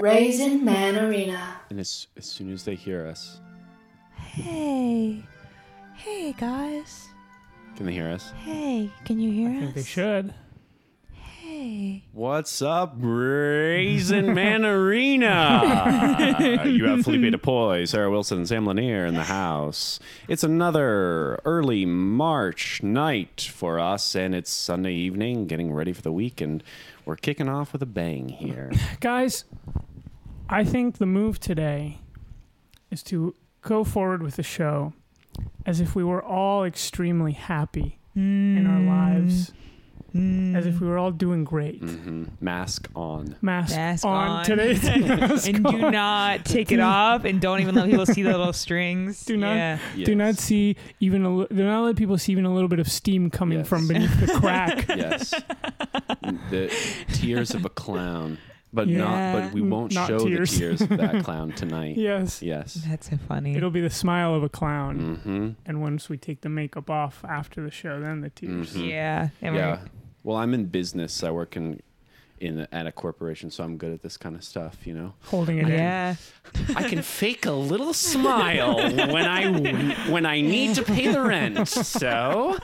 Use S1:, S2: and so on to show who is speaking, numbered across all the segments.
S1: Raisin Man Arena.
S2: And as, as soon as they hear us,
S3: Hey. Hey, guys.
S2: can they hear us?
S3: Hey, can you hear
S4: I think
S3: us?
S4: they should.
S3: Hey.
S2: What's up, Raisin Man Arena? you have Felipe DePoy, Sarah Wilson, and Sam Lanier in the house. It's another early March night for us, and it's Sunday evening, getting ready for the week, and we're kicking off with a bang here.
S4: Guys, I think the move today is to go forward with the show as if we were all extremely happy in
S5: Mm-hmm.
S4: our lives,
S5: Mm.
S4: as if we were all doing great.
S2: hmm Mask on.
S4: Mask,
S5: Mask
S4: on,
S5: on.
S4: today. Mask
S5: and do
S4: on.
S5: not take it off and don't even let people see the little strings.
S4: Do not-
S5: Yeah.
S4: Do not
S2: Yes.
S4: see even a li- do not let people see even a little bit of steam coming
S2: Yes.
S4: from beneath the crack.
S2: yes Mm, the tears of a clown but not
S5: Yeah.
S2: but we won't
S4: Not
S2: show
S4: tears.
S2: the tears of that clown tonight
S4: yes.
S2: yes
S5: That's so funny.
S4: It'll be the smile of a clown.
S2: mm-hmm
S4: And once we take the makeup off after the show, then the tears.
S2: Mhm.
S5: yeah. And we're-
S2: yeah well i'm in business i work in in at a corporation so i'm good at this kind of stuff you know
S4: Holding it in.
S5: Yeah.
S2: i can fake a little smile when i when i need to pay the rent so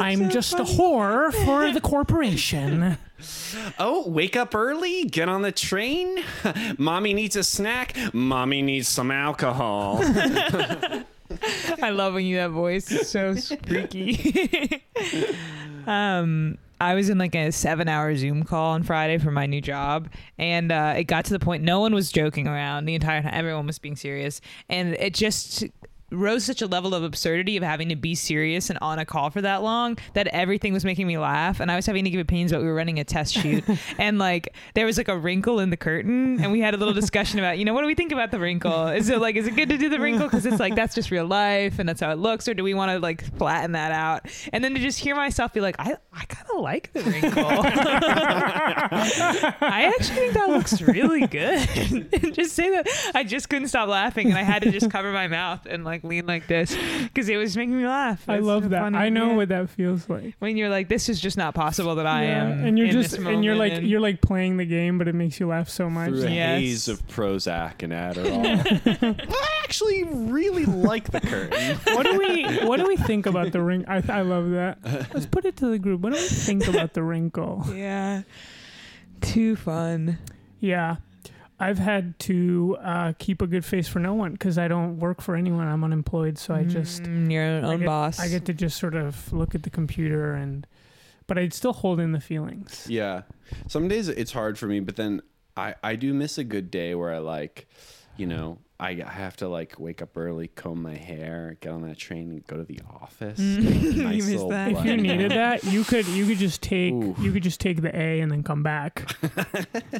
S4: I'm just a whore for the corporation.
S2: Oh, wake up early, get on the train. Mommy needs a snack. Mommy needs some alcohol.
S5: I love when you have voice. It's so squeaky. um, I was in like a seven hour Zoom call on Friday for my new job, and uh, it got to the point no one was joking around the entire time. Everyone was being serious, and it just rose such a level of absurdity of having to be serious and on a call for that long that everything was making me laugh and i was having to give opinions but we were running a test shoot and like there was like a wrinkle in the curtain and we had a little discussion about you know what do we think about the wrinkle is it like is it good to do the wrinkle because it's like that's just real life and that's how it looks or do we want to like flatten that out and then to just hear myself be like i, I kind of like the wrinkle i actually think that looks really good and just say that i just couldn't stop laughing and i had to just cover my mouth and like lean like this because it was making me laugh
S4: I
S5: It's so
S4: love that.
S5: funny.
S4: I know
S5: Yeah.
S4: what that feels like.
S5: when you're like this is just not possible that i
S4: Yeah,
S5: am
S4: and you're
S5: in
S4: just
S5: this
S4: and you're
S5: moment,"
S4: like
S5: and-
S4: you're like playing the game, but it makes you laugh so much.
S2: through a
S5: Yes.
S2: haze of Prozac and Adderall. I actually really like the curtain.
S4: What do we What do we think about the ring? I, I love that. Let's put it to the group. What do we think about the wrinkle?
S5: yeah too fun
S4: Yeah, I've had to uh, keep a good face for no one because I don't work for anyone. I'm unemployed, so I just
S5: Mm, your own
S4: I get,
S5: boss
S4: I get to just sort of look at the computer and, but I'd still hold in the feelings.
S2: Yeah. Some days it's hard for me, but then I, I do miss a good day where I like, you know, I have to like wake up early, comb my hair, get on that train, and go to the office.
S5: You miss that.
S4: If you needed that, you could you could just take
S2: Oof.
S4: you could just take the A and then come back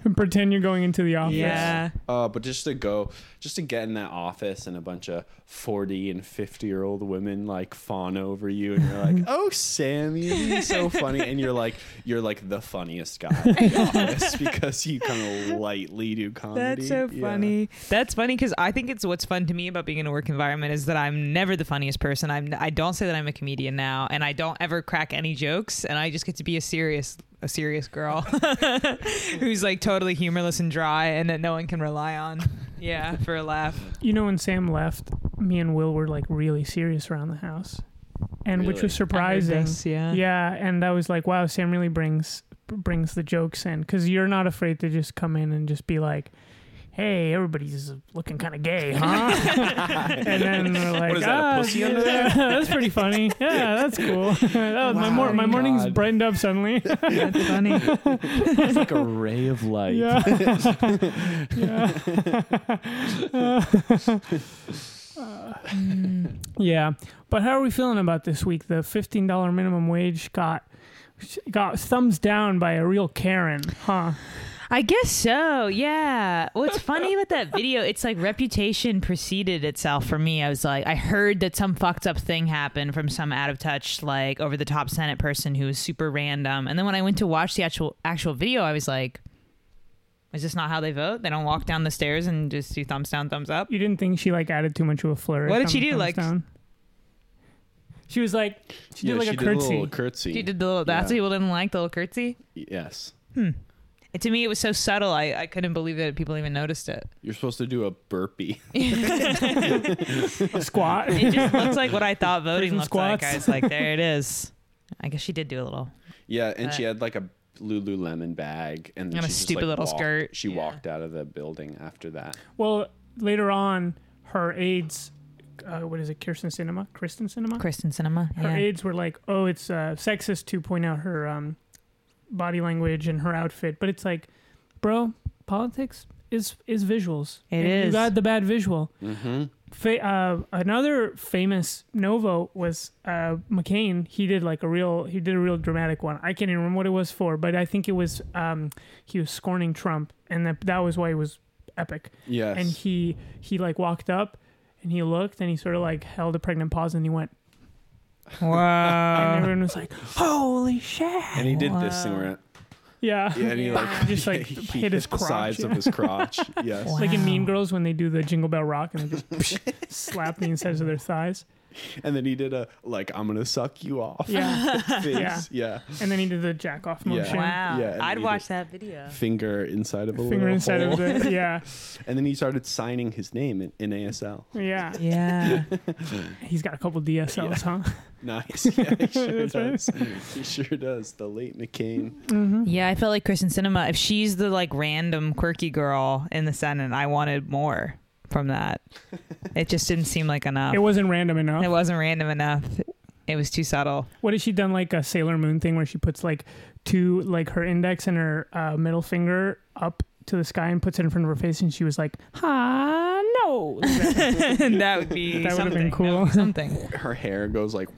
S4: and pretend you're going into the office.
S5: yeah
S2: Uh, but just to go, just to get in that office and a bunch of 40 and 50 year old women like fawn over you and you're like, oh, Sam, you're so funny. And you're like, you're like the funniest guy in the office because you kind of lightly do comedy.
S5: That's so
S2: Yeah.
S5: funny. That's funny because I think it's what's fun to me about being in a work environment is that I'm never the funniest person. I'm I don't say that I'm a comedian now, and I don't ever crack any jokes, and I just get to be a serious a serious girl who's like totally humorless and dry, and that no one can rely on. Yeah, for a laugh.
S4: You know, when Sam left, me and Will were like really serious around the house, and which
S2: Really?
S4: was surprising.
S5: yeah.
S4: Yeah, and I was like, wow, Sam really brings brings the jokes in because you're not afraid to just come in and just be like. Hey, everybody's looking kind of gay, huh? and then we're like,
S2: is that, a
S4: "Ah,
S2: pussy under
S4: yeah, that's pretty funny. Yeah, that's cool. That was my, mor- my
S2: Wow.
S4: morning's
S2: God.
S4: brightened up suddenly.
S5: That's funny.
S2: It's like a ray of light.
S4: Yeah. yeah. yeah. But how are we feeling about this week? The fifteen dollar minimum wage got got thumbs down by a real Karen, huh?
S5: I guess so. Yeah. What's funny about that video? It's like reputation preceded itself for me. I was like, I heard that some fucked up thing happened from some out of touch, like over the top Senate person who was super random. And then when I went to watch the actual actual video, I was like, Is this not how they vote? They don't walk down the stairs and just do thumbs down, thumbs up.
S4: You didn't think she like added too much of a flourish.
S5: What did
S4: on
S5: she
S4: the
S5: do,
S4: thumbs
S5: like-
S4: down? She was like she did
S2: Yeah,
S4: like
S2: she
S4: a curtsy.
S2: little curtsy.
S5: You did the little. That's what
S2: Yeah.
S5: people didn't like the little curtsy.
S2: Yes.
S5: Is It, to me, it was so subtle. I, I couldn't believe that people even noticed it.
S2: You're supposed to do a burpee.
S4: A squat.
S5: It just looks like what I thought voting
S4: Prison
S5: looked like.
S4: squats.
S5: I was like, there it is. I guess she did do a little.
S2: Yeah, and she
S5: But-
S2: had like a Lululemon bag and, then
S5: Uh. And a
S2: she just,
S5: stupid
S2: like,
S5: little
S2: walked-
S5: skirt.
S2: She
S5: Yeah.
S2: walked out of the building after that.
S4: well, later on, her aides, uh, what is it, Kirsten Cinema? Kristen Cinema?
S5: Kristen Cinema.
S4: her
S5: Yeah.
S4: aides were like, "Oh, it's uh, sexist to point out her um, body language and her outfit," but it's like, bro, politics is is visuals.
S5: It
S4: And You
S5: is.
S4: got the bad visual.
S2: Mm-hmm.
S4: Fa- uh, another famous no vote was uh, McCain. He did like a real he did a real dramatic one. I can't even remember what it was for, but I think it was um, he was scorning Trump, and that that was why it was epic
S2: Yes.
S4: and he he like walked up and he looked and he sort of like held a pregnant pause and he went and
S2: Uh,
S5: Wow.
S4: everyone was like holy shit
S2: And he did this thing
S5: Wow.
S2: where
S4: yeah,
S2: yeah, and he like
S4: Just, like,
S2: he
S4: hit his
S2: the
S4: crotch,
S2: sides of
S4: yeah.
S2: his crotch. Yes.
S5: Wow.
S4: like in mean girls when they do the jingle bell rock and they just psh, slap the insides of their thighs
S2: And then he did a like I'm gonna suck you off.
S4: yeah
S2: face.
S4: Yeah.
S2: Yeah.
S4: and then he did the jack off
S2: Yeah.
S4: motion
S5: Wow.
S2: Yeah, and
S5: I'd
S2: he
S5: watch
S2: just-
S5: that video.
S2: Finger inside of a
S4: Finger
S2: little
S4: inside
S2: hole.
S4: of the yeah
S2: And then he started signing his name in, in ASL.
S4: yeah
S5: Yeah.
S4: he's got a couple DSLs huh
S2: Nice. Yeah, he sure
S4: That's right.
S2: does. He sure does. The late McCain.
S5: Yeah, I felt like Kristen Cinema. If she's the like random quirky girl in the Senate, I wanted more from that. It just didn't seem like enough.
S4: it wasn't random enough
S5: It wasn't random enough. It was too subtle.
S4: What has she done? Like a Sailor Moon thing where she puts like two, like her index and her uh, middle finger up to the sky and puts it in front of her face, and she was like, "Ah, no."
S5: that would be
S4: That would have
S5: something.
S4: been cool.
S5: That would be something.
S2: Her hair goes like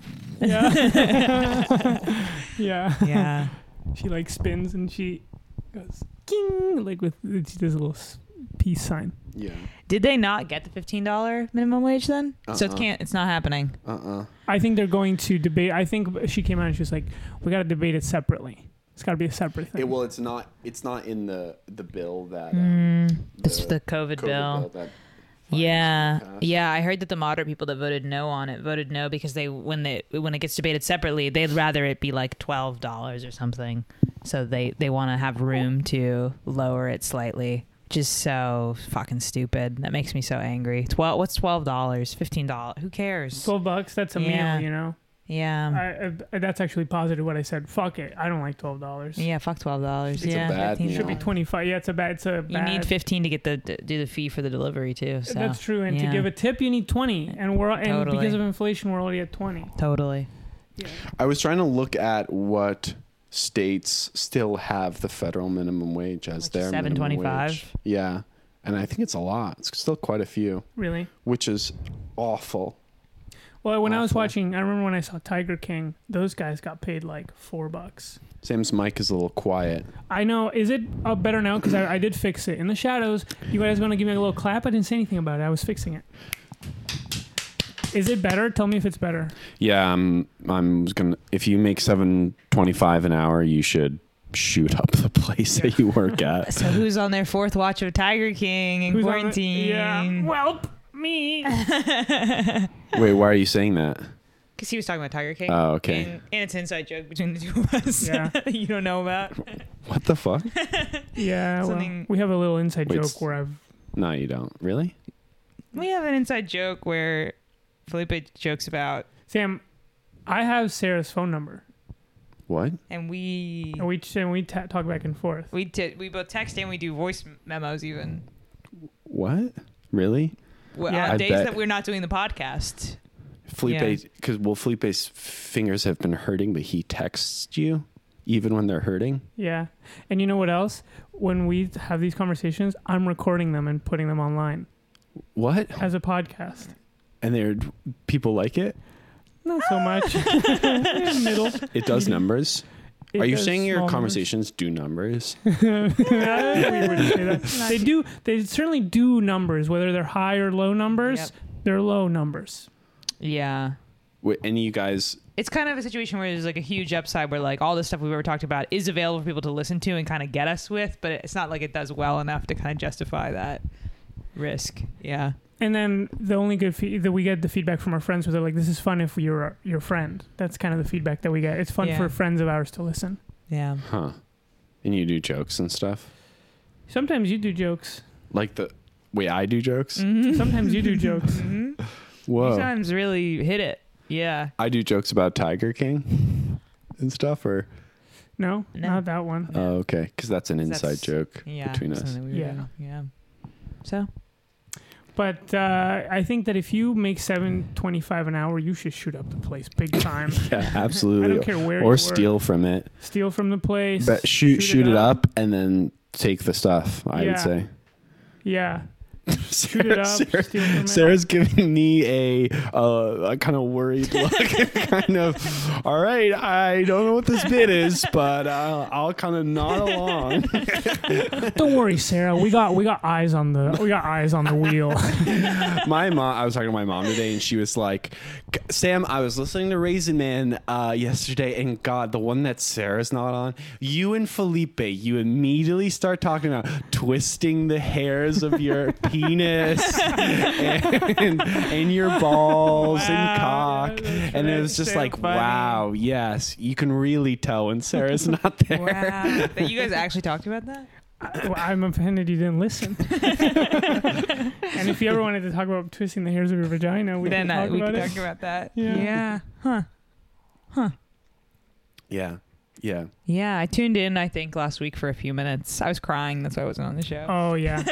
S4: yeah. yeah.
S5: Yeah.
S4: She like spins and she goes, "King!" Like with she does a little s- peace sign.
S2: yeah.
S5: Did they not get the fifteen dollar minimum wage then? So it
S2: Uh-uh.
S5: can't. It's not happening.
S2: Uh uh
S4: I think they're going to debate. I think she came out and she was like, "We got to debate it separately. It's got to be a separate thing."
S2: It, well, it's not. It's not in the the bill that. um,
S5: Mm, that's the, COVID,
S2: COVID
S5: bill.
S2: that-
S5: Yeah,
S2: passed.
S5: yeah. I heard that the moderate people that voted no on it voted no because they when they when it gets debated separately, they'd rather it be like twelve dollars or something. So they they want to have room to lower it slightly. Just so fucking stupid. That makes me so angry. Twelve. What's twelve dollars? Fifteen dollars? Who cares?
S4: Twelve bucks. That's a
S5: Yeah.
S4: meal, you know.
S5: yeah.
S4: I, I, that's actually positive what I said. Fuck it. I don't like twelve dollars.
S5: Yeah. Fuck twelve dollars.
S2: It's a
S5: Yeah.
S2: bad
S5: $15.
S2: meal.
S4: Should be
S2: Yeah.
S4: twenty five. Yeah, it's a bad. It's a
S5: You
S4: bad.
S5: need fifteen to get the to do the fee for the delivery too. So
S4: That's true. And
S5: yeah.
S4: to give a tip, you need twenty. And we're and
S5: Totally.
S4: because of inflation, we're already at twenty.
S5: totally.
S2: I was trying to look at what states still have the federal minimum wage as
S5: Which
S2: their
S5: is
S2: minimum wage.
S5: $7.25.
S2: Yeah, and I think it's a lot. It's still quite a few,
S4: Really.
S2: which is awful.
S4: Well, when I was
S2: Awful.
S4: watching, I remember when I saw Tiger King. Those guys got paid like four bucks.
S2: Sam's mic is a little quiet.
S4: I know. Is it uh, better now? Because I, I did fix it in the shadows. You guys want to give me a little clap? I didn't say anything about it. I was fixing it. Is it better? Tell me if it's better.
S2: Yeah, I'm. I'm gonna. If you make seven twenty-five an hour, you should shoot up the place that you work at.
S5: So who's on their fourth watch of Tiger King in
S4: Who's on the-
S5: quarantine?
S4: yeah. Welp me.
S2: Wait, why are you saying that?
S5: Because he was talking about Tiger King.
S2: Oh, okay.
S5: And, and it's an inside joke between the two of us.
S4: Yeah.
S5: that you don't know about.
S2: What the fuck?
S4: Yeah. Well,
S5: Something-
S4: we have a little inside
S2: Wait,
S4: joke
S2: s-
S4: where I've
S2: No, you don't. Really?
S5: We have an inside joke where Felipe jokes about,
S4: Sam, I have Sarah's phone number,
S2: What?
S5: and we
S4: and we and we ta talk back and forth.
S5: we did we both text and we do voice memos even.
S2: What? Really?
S5: Well,
S4: Yeah.
S5: on
S2: I
S5: days
S2: bet.
S5: that we're not doing the podcast.
S2: Felipe,
S5: Yeah.
S2: because well, Felipe's fingers have been hurting, but he texts you even when they're hurting.
S4: Yeah, and you know what else? When we have these conversations, I'm recording them and putting them online
S2: What?
S4: as a podcast.
S2: And they're people like it.
S4: Not so much. Middle.
S2: It does numbers.
S4: It
S2: are you
S4: does
S2: saying your
S4: small numbers.
S2: conversations do numbers?
S4: Yeah, we wouldn't say that. They do. They certainly do numbers, whether they're high or low numbers.
S5: Yep.
S4: They're low numbers.
S5: Yeah.
S2: Wait, and you guys,
S5: It's kind of a situation where there's like a huge upside where like all the stuff we've ever talked about is available for people to listen to and kind of get us with, but it's not like it does well enough to kind of justify that risk. Yeah.
S4: And then the only good fe- that we get the feedback from our friends where they're like, "This is fun if you're your friend." That's kind of the feedback that we get. It's fun
S5: Yeah.
S4: for friends of ours to listen.
S5: Yeah.
S2: huh? And you do jokes and stuff.
S4: Sometimes you do jokes.
S2: Like the wait, I do jokes.
S4: Mm. Sometimes you do jokes.
S5: hmm
S2: Whoa,
S5: Mm-hmm. Sometimes really hit it. Yeah.
S2: I do jokes about Tiger King and stuff. Or
S4: No,
S5: No.
S4: not that one.
S2: oh, okay, because that's an inside
S5: That's-
S2: joke
S5: Yeah.
S2: between us.
S5: something we were
S4: Yeah.
S5: doing. Yeah. So
S4: But uh, I think that if you make seven twenty-five an hour, you should shoot up the place big time.
S2: Yeah,
S4: I don't
S2: absolutely.
S4: care where. you
S2: Or
S4: work.
S2: steal from it.
S4: steal from the place.
S2: But shoot, shoot, it, up. and then take the stuff. I
S4: Yeah.
S2: would say.
S4: Yeah, shoot
S2: Sarah-
S4: it up.
S2: Sarah-
S4: steal from it.
S2: Sarah's giving me a, uh, a kind of worried look, kind of, all right, I don't know what this bit is, but I'll, I'll kind of nod along.
S4: Don't worry, Sarah. We got we got eyes on the we got eyes on the wheel.
S2: my mom i was talking to my mom today and she was like sam i was listening to raisin man uh, yesterday and god the one that sarah's not on you and felipe you immediately start talking about twisting the hairs of your penis and, and your balls and
S4: Wow.
S2: cock
S4: That's
S2: and it
S4: right.
S2: was just
S4: So
S2: like
S4: funny.
S2: wow yes you can really tell when sarah's not there
S5: wow. But you guys actually talked about that?
S4: Well, I'm offended you didn't listen. and if you ever wanted to talk about twisting the hairs of your vagina, we
S5: then
S4: can
S5: uh,
S4: talk
S5: we
S4: about
S5: could
S4: it.
S5: talk about that.
S4: Yeah.
S5: yeah.
S2: yeah yeah
S5: Yeah, I tuned in, I think, last week for a few minutes. I was crying. That's why I wasn't on the show.
S4: Oh yeah.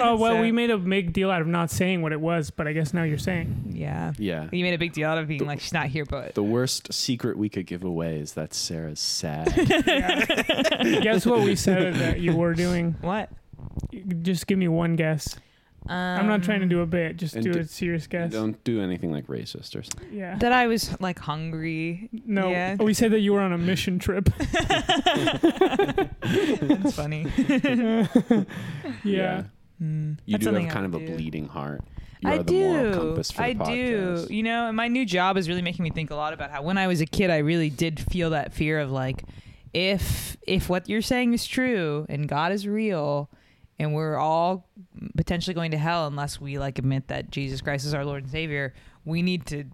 S4: Oh well,
S5: So-
S4: we made a big deal out of not saying what it was, but I guess now you're saying.
S5: Yeah.
S2: yeah
S5: You made a big deal out of being like, she's not here, but.
S2: the worst secret we could give away is that sarah's sad
S4: guess what we said that you were doing?
S5: What?
S4: Just give me one guess.
S5: Um,
S4: I'm not trying to do a bit. Just
S2: and
S4: do
S2: d-
S4: a serious guess.
S2: Don't do anything like racist or something.
S4: Yeah.
S5: Um, That I was like hungry.
S4: no, oh,
S5: Yeah.
S4: we said that you were on a mission trip.
S5: That's funny.
S4: yeah.
S5: Mm,
S2: You
S5: that's
S2: do
S5: something
S2: have
S5: I
S2: kind of
S5: would
S2: a
S5: do.
S2: bleeding heart. You
S5: I
S2: are the moral
S5: do.
S2: compass for the
S5: I do.
S2: podcast.
S5: You know, and my new job is really making me think a lot about how when I was a kid, I really did feel that fear of like, if if what you're saying is true and God is real, and we're all potentially going to hell unless we like admit that Jesus Christ is our Lord and Savior, we need to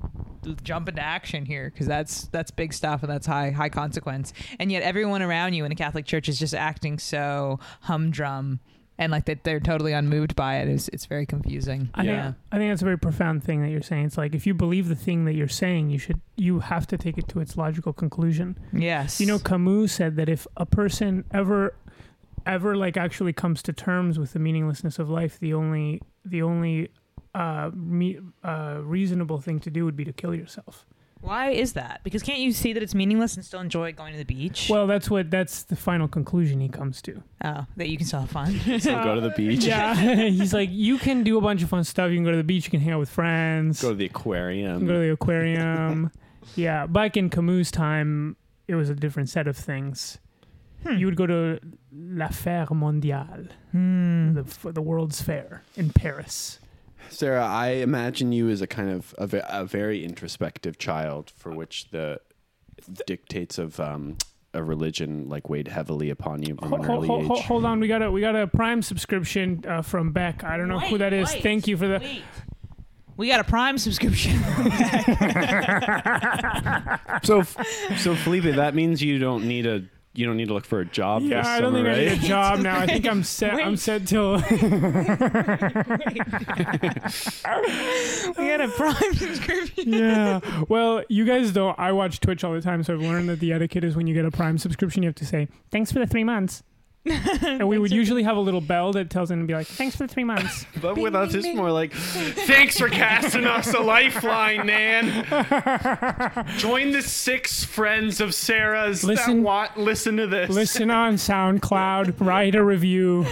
S5: jump into action here because that's that's big stuff and that's high high consequence. And yet, everyone around you in a Catholic church is just acting so humdrum. And like that, they're totally unmoved by it. It's, it's very confusing.
S4: I
S5: yeah.
S4: think I think that's a very profound thing that you're saying. It's like if you believe the thing that you're saying, you should you have to take it to its logical conclusion.
S5: Yes.
S4: You know, Camus said that if a person ever ever like actually comes to terms with the meaninglessness of life, the only the only uh, me, uh, reasonable thing to do would be to kill yourself.
S5: why is that? Because can't you see that it's meaningless and still enjoy going to the beach?
S4: Well, that's what that's the final conclusion he comes to.
S5: oh, that you can still have fun.
S2: So go to the beach.
S4: Yeah, he's like, you can do a bunch of fun stuff. You can go to the beach. You can hang out with friends.
S2: Go to the
S4: You can
S2: aquarium.
S4: go to the aquarium. yeah, back in Camus' time, it was a different set of things. You would go to La Faire Mondiale, the f- the World's Fair in Paris.
S2: Sarah, I imagine you as a kind of a, ve- a very introspective child for which the dictates of um, a religion like weighed heavily upon you from
S4: Ho-
S2: an
S4: ho-
S2: early
S4: ho- ho-
S2: age.
S4: hold on, we got a we got a Prime subscription uh, from Beck. I don't know who that is. Thank you for the.
S5: We got a Prime subscription.
S2: So, f- so Felipe, that means you don't need a you don't need to look for a job
S4: Yeah,
S2: this
S4: I
S2: summer,
S4: don't think
S2: right?
S4: I need a job now. I think I'm set. I'm
S5: Wait.
S4: set till.
S5: we got a Prime subscription.
S4: yeah. Well, you guys though, I watch Twitch all the time, so I've learned that the etiquette is when you get a Prime subscription, you have to say thanks for the three months. and we would usually have a little bell that tells them to be like, thanks for the three months.
S2: But with us, it's more like, thanks for casting us a lifeline, man. Join the six friends of Sarah's
S4: Listen-
S2: want listen to this.
S4: Listen on SoundCloud, write a review.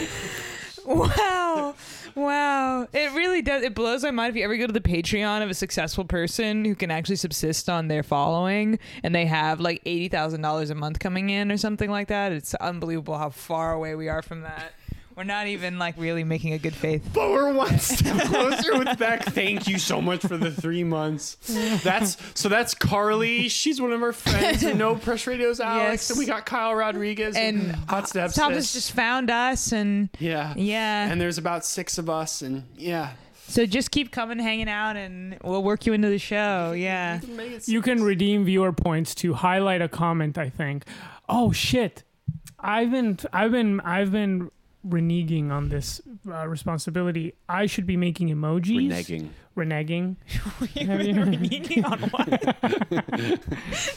S5: Wow. Wow. It really does. It blows my mind if you ever go to the Patreon of a successful person who can actually subsist on their following and they have like $80,000 a month coming in or something like that. It's unbelievable how far away we are from that. We're not even like really making a good faith.
S2: But we're one step closer with Beck. Thank you so much for the three months. That's so. That's Carly. She's one of our friends. And no pressure radios, Alex.
S5: Yes.
S2: And we got Kyle Rodriguez and,
S5: And
S2: Hot Steps.
S5: Top has just found us and
S2: yeah,
S5: yeah.
S2: And there's about six of us, and yeah,
S5: so just keep coming hanging out and we'll work you into the show. Yeah.
S2: Make it
S4: You can redeem viewer points to highlight a comment, I think. Oh shit. I've been I've been I've been reneging on this uh, responsibility. I should be making emojis.
S2: Reneging.
S4: Reneging.
S5: You
S4: Have you-
S5: were reneging on what?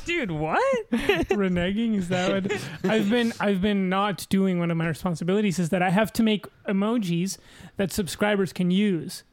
S5: Dude, what?
S4: reneging is that what I've been I've been not doing one of my responsibilities is that I have to make emojis that subscribers can use.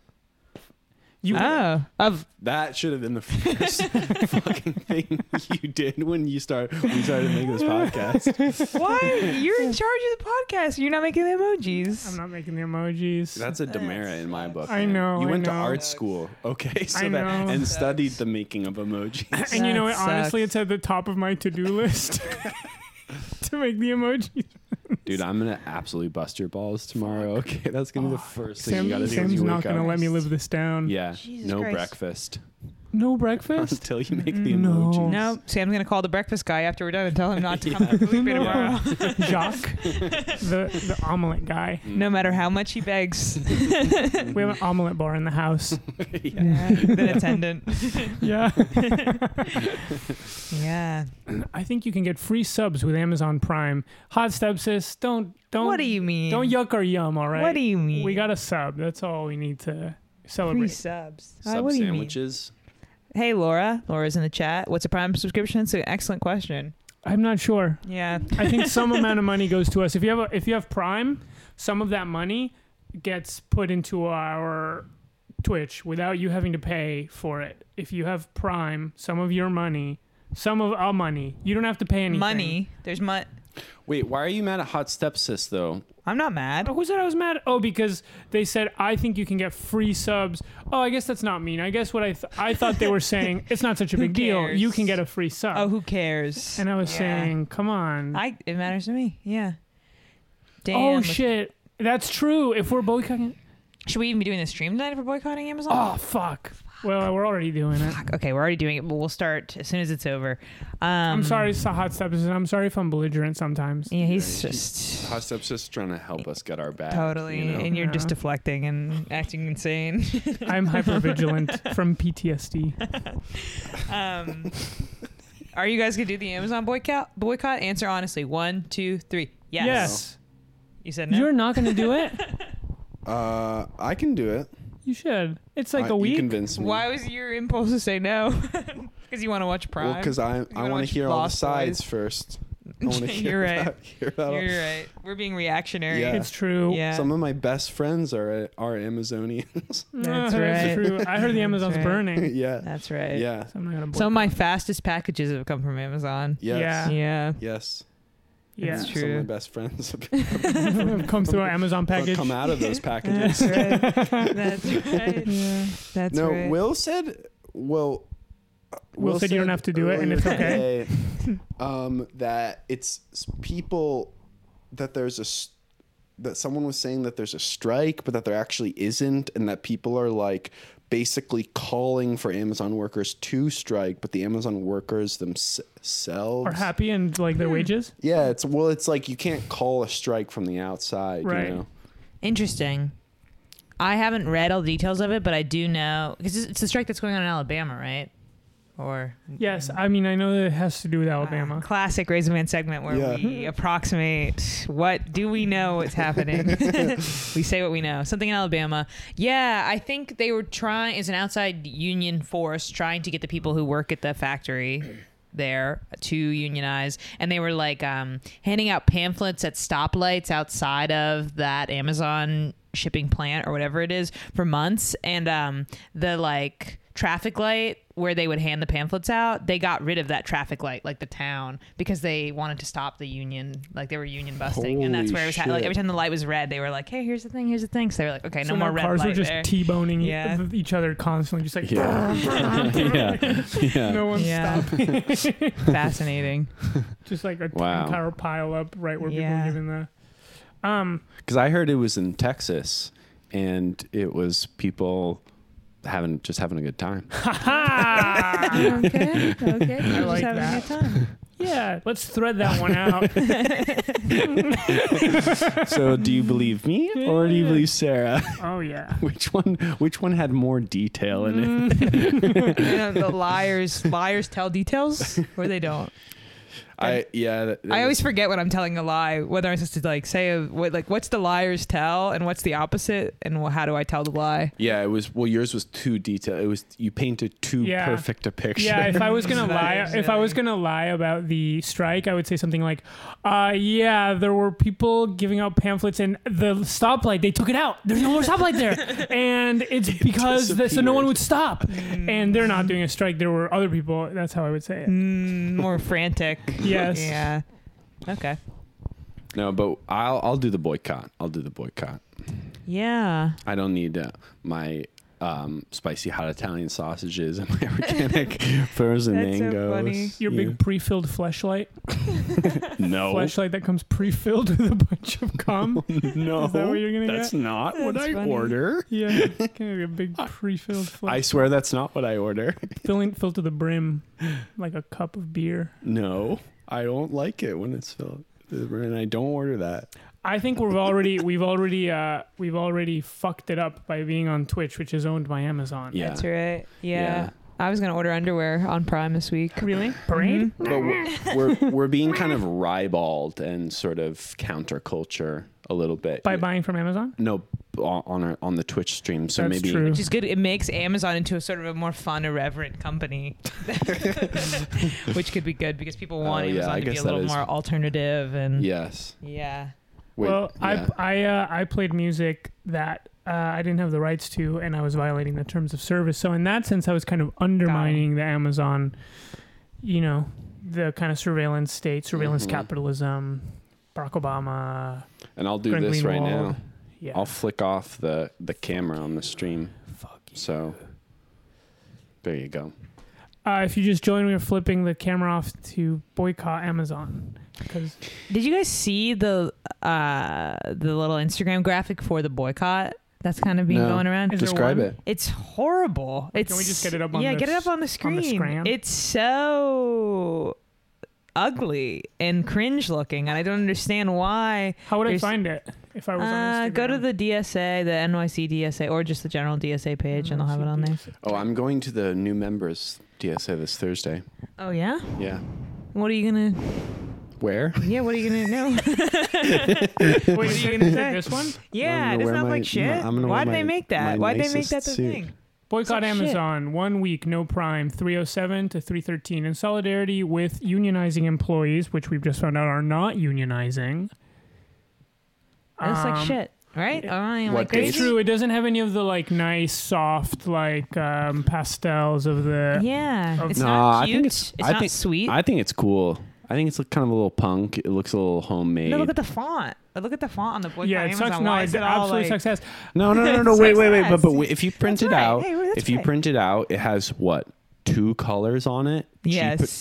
S4: You
S5: Oh, of
S2: That should have been the first fucking thing you did when you start we started making this podcast.
S5: what? You're in charge of the podcast. You're not making the emojis.
S4: I'm not making the emojis.
S2: That's a demerit in my book.
S4: I
S2: man.
S4: know,
S2: You
S4: I
S2: went to
S4: know.
S2: art school, okay? So
S4: I
S2: that
S4: know.
S2: and studied the making of emojis.
S4: and you know
S5: That
S4: what? Honestly,
S5: sucks.
S4: it's at the top of my to-do list to make the emojis.
S2: Dude, I'm gonna absolutely bust your balls tomorrow. Okay, that's gonna be the first thing
S4: Sam,
S2: you gotta do. when
S4: Sam's
S2: you
S4: not
S2: wake
S4: gonna
S2: up.
S4: let me live this down.
S2: Yeah,
S3: Jesus
S2: no
S3: Christ.
S2: breakfast
S4: No breakfast.
S2: until you make the
S4: No.
S2: emojis.
S5: No, Sam's gonna call the breakfast guy after we're done and tell him not to come to Felipe tomorrow.
S4: Jacques, the the omelet guy.
S5: No matter how much he begs,
S4: We have an omelet bar in the house.
S5: the attendant.
S4: yeah.
S5: Yeah.
S4: I think you can get free subs with Amazon Prime. Hot stepsis, don't don't
S5: What do you mean?
S4: don't yuck or yum, all right?
S5: What do you mean?
S4: We got a sub. That's all we need to
S5: free
S4: celebrate.
S5: subs. Uh,
S2: Sub
S5: what do you mean?
S2: sandwiches.
S5: Hey, Laura. Laura's in the chat. What's a Prime subscription? It's an excellent question.
S4: I'm not sure.
S5: Yeah.
S4: I think some amount of money goes to us. If you have a, if you have Prime, some of that money gets put into our Twitch without you having to pay for it. If you have Prime, some of your money, some of our money, you don't have to pay anything.
S5: Money. There's money.
S2: Wait, why are you mad at Hot Stepsis though?
S5: I'm not mad.
S4: Oh, Who said I was mad? Oh, because they said I think you can get free subs. Oh, I guess that's not mean. I guess what I th- I thought they were saying it's not such a
S5: Who
S4: big deal.
S5: cares?
S4: You can get a free sub.
S5: Oh, who cares?
S4: and I was
S5: Yeah.
S4: saying, come on.
S5: I it matters to me. Yeah. Damn.
S4: oh shit, that's true. If we're boycotting,
S5: Should we even be doing a stream tonight if we're boycotting Amazon?
S4: oh fuck. Well, we're already doing it.
S5: Fuck. Okay, we're already doing it, but we'll start as soon as it's over. Um,
S4: I'm sorry, it's a hot steps, and I'm sorry if I'm belligerent sometimes.
S5: Yeah, he's
S2: Yeah,
S5: just
S2: Hot Stepsis trying to help us get our back.
S5: totally,
S2: you know?
S5: and you're just
S4: Yeah.
S5: deflecting and acting insane.
S4: I'm hypervigilant from PTSD.
S5: um, are you guys gonna do the Amazon boycott? Boycott? Answer honestly. One, two, three. Yes.
S4: Yes.
S5: You said no.
S4: You're not going to do it?
S2: Uh, I can do it.
S4: You should. It's like
S2: I-
S4: a
S2: You
S4: week.
S2: convinced me.
S5: Why was your impulse to say no? Because you want to watch Prime.
S2: Well, because I I
S5: wanna
S2: want
S5: watch
S2: to hear all the
S5: Lost
S2: sides
S5: Boys?
S2: first. I want to hear
S5: You're
S2: about,
S5: right.
S2: hear about all-
S5: You're right. We're being reactionary.
S2: Yeah.
S4: It's true.
S5: Yeah.
S2: Some of my best friends are are Amazonians.
S5: That's
S4: Uh,
S5: right.
S4: true. I heard the Amazon's
S5: right.
S4: burning.
S2: yeah,
S5: That's right.
S2: yeah,
S4: So I'm not gonna.
S5: Some of my fastest packages have come from Amazon.
S2: yes,
S4: Yeah.
S5: Yeah.
S2: yes.
S4: yeah.
S5: It's
S2: Some of my
S5: true.
S2: best friends
S4: come through our Amazon package.
S2: come out of those packages.
S5: That's right. That's right. That's
S2: no,
S5: right.
S2: Will said, well, uh,
S4: Will said you don't have to do it and it's
S2: earlier
S4: okay.
S2: today, um, that it's s- people that there's a s- that someone was saying that there's a strike, but that there actually isn't, and that people are like basically calling for Amazon workers to strike, but the Amazon workers themselves
S4: Are happy and like
S5: Hmm.
S4: their wages.
S2: Yeah, it's well, it's like you can't call a strike from the outside,
S4: Right.
S2: you know.
S5: Interesting. I haven't read all the details of it, but I do know because it's a strike that's going on in Alabama, right? Or
S4: Yes, I mean I know that it has to do with Alabama.
S5: classic Raisin Man segment where
S2: Yeah.
S5: we approximate what do we know what's happening. we say what we know. Something in Alabama. Yeah, I think they were trying as an outside union force trying to get the people who work at the factory there to unionize and they were like um, handing out pamphlets at stoplights outside of that Amazon shipping plant or whatever it is for months and um, the like traffic light where they would hand the pamphlets out they got rid of that traffic light like the town because they wanted to stop the union like they were union busting and that's
S2: Holy
S5: where it was ha- like
S2: shit.
S5: every time the light was red they were like hey here's the thing here's the thing so they were like okay
S4: So
S5: no more
S4: now
S5: red
S4: cars
S5: light
S4: are just
S5: there.
S4: t-boning e-
S5: Yeah.
S4: each other constantly, just like
S2: yeah. Yeah.
S4: no one
S5: yeah
S4: stopped.
S5: fascinating
S4: Just like a t-
S2: Wow.
S4: entire pile up right where people
S5: Yeah.
S4: are giving the. Um,
S2: Because I heard it was in Texas, and it was people having just having a good time.
S4: ha!
S5: okay okay
S4: I like having a that. yeah, let's thread that one out.
S2: so, do you believe me or do you believe Sarah?
S4: oh yeah.
S2: Which one? Which one had more detail in it?
S5: you know, the liars liars tell details or they don't
S1: I yeah. that- that
S5: I always
S1: was-
S5: forget when I'm telling a lie, whether I'm supposed to like say a, what, like what's the liar's tell and what's the opposite, and wh- how do I tell the lie?
S1: yeah. It was well. Yours was too detailed. It was you painted too
S4: Yeah.
S1: perfect a picture.
S4: Yeah, if I was gonna
S5: That
S4: lie,
S5: is
S4: if I was
S5: silly.
S4: gonna lie about the strike, I would say something like, uh, "Yeah, there were people giving out pamphlets, and the stoplight they took it out. There's no more stoplight there, and it's because the, so no one would stop.
S5: Mm.
S4: And they're not doing a strike. There were other people. That's how I would say it.
S5: Mm, more frantic.
S4: Yes.
S5: Yeah. Okay.
S1: no, but I'll I'll do the boycott. I'll do the boycott.
S5: Yeah.
S1: I don't need uh, my um, spicy hot Italian sausages and my organic frozen
S5: That's so
S1: mangoes.
S5: funny.
S4: Your
S1: Yeah. Oh.
S4: big pre-filled fleshlight,
S2: No.
S4: fleshlight that comes pre-filled with a bunch of cum.
S2: no.
S4: Is that what you're gonna
S2: that's
S4: get?
S2: not what
S5: That's
S2: I
S5: funny.
S2: order.
S4: Yeah, kind of a big pre-filled
S1: I
S4: flesh,
S1: swear that's not what I order.
S4: filling filled to the brim, like a cup of beer.
S1: No, I don't like it when it's filled. And I don't order that.
S4: I think we've already we've already uh, we've already fucked it up by being on Twitch, which is owned by Amazon.
S1: Yeah.
S5: That's right. Yeah.
S1: Yeah.
S5: I was gonna order underwear on Prime this week. Mm-hmm.
S4: Really? Parade?
S1: But we're, we're, we're being kind of ribald and sort of counterculture a little bit.
S4: By buying from Amazon?
S1: No, on on, our, on the Twitch stream. So
S4: That's
S1: maybe
S4: true.
S5: Which is good. It makes Amazon into a sort of a more fun, irreverent company, which could be good because people want
S1: Oh, yeah,
S5: Amazon
S1: I
S5: to be
S1: guess
S5: a
S1: that
S5: little
S1: is-
S5: more alternative and
S1: Yes.
S5: yeah.
S1: Wait,
S4: well,
S1: yeah.
S4: I I uh, I played music that uh, I didn't have the rights to, and I was violating the terms of service. So in that sense, I was kind of undermining the Amazon, you know, the kind of surveillance state, surveillance
S1: Mhm.
S4: capitalism, Barack Obama.
S1: and I'll do
S4: Greg
S1: this right
S4: Greenwald.
S1: now.
S4: Yeah.
S1: I'll flick off the the camera on the stream.
S4: Fuck you.
S1: So there you go.
S4: Uh, if you just join, we're flipping the camera off to boycott Amazon because
S5: Did you guys see the uh the little Instagram graphic for the boycott that's kind of being
S1: No.
S5: going around?
S4: Is there
S1: Describe
S4: one?
S1: it.
S5: It's horrible. It's
S4: we just get it up on
S5: yeah,
S4: the
S5: get it
S4: s-
S5: up on the
S4: on
S5: screen.
S4: the scram?
S5: It's so ugly and cringe looking, and I don't understand why.
S4: how would I
S5: There's-
S4: find it if I was
S5: Uh,
S4: on Instagram?
S5: go to the DSA, the NYC DSA, or just the general DSA page, and they'll have it on there.
S1: Oh, I'm going to the new members DSA this Thursday.
S5: Oh yeah,
S1: Yeah.
S5: what are you gonna?
S1: Where?
S5: Yeah, what are you gonna know?
S4: Wait, are you gonna take this one?
S5: yeah,
S1: I'm
S5: it doesn't
S1: gonna wear
S5: look
S1: my-
S5: like shit.
S1: I'm gonna
S5: Why
S1: wear
S5: did they
S1: my-
S5: make that?
S1: my
S5: Why did they make
S1: nicest
S5: that the
S1: suit.
S5: thing?
S4: Boycott
S5: Some shit.
S4: Amazon. One week, no prime. 307 to 313 in solidarity with unionizing employees, which we've just found out are not unionizing.
S5: It looks like
S4: Um,
S5: shit, right?
S4: yeah.
S5: Am I, am I
S1: What
S5: crazy?
S4: It's true. It doesn't have any of the like nice, soft, like um, pastels of the.
S5: Yeah,
S4: Of-
S5: it's
S1: No,
S5: not
S1: Uh, I
S5: cute.
S1: think it's- I
S5: not
S1: think-
S5: sweet.
S2: I think it's cool. I think it's kind of a little punk. It looks a little homemade.
S5: No, look at the font. But Look at the font on the book.
S4: Yeah,
S5: by
S4: it sucks.
S5: Amazon.
S4: No,
S5: Why
S4: it
S5: is it all
S4: absolutely
S5: like,
S4: sucks ass.
S2: No, no, no, no, no.
S5: So
S2: wait, wait, wait. But,
S5: fast.
S2: but wait, if you print
S5: That's
S2: it
S5: right.
S2: out,
S5: Hey, that's
S2: if you
S5: right.
S2: print it out, it has what two colors on it.
S5: Yes.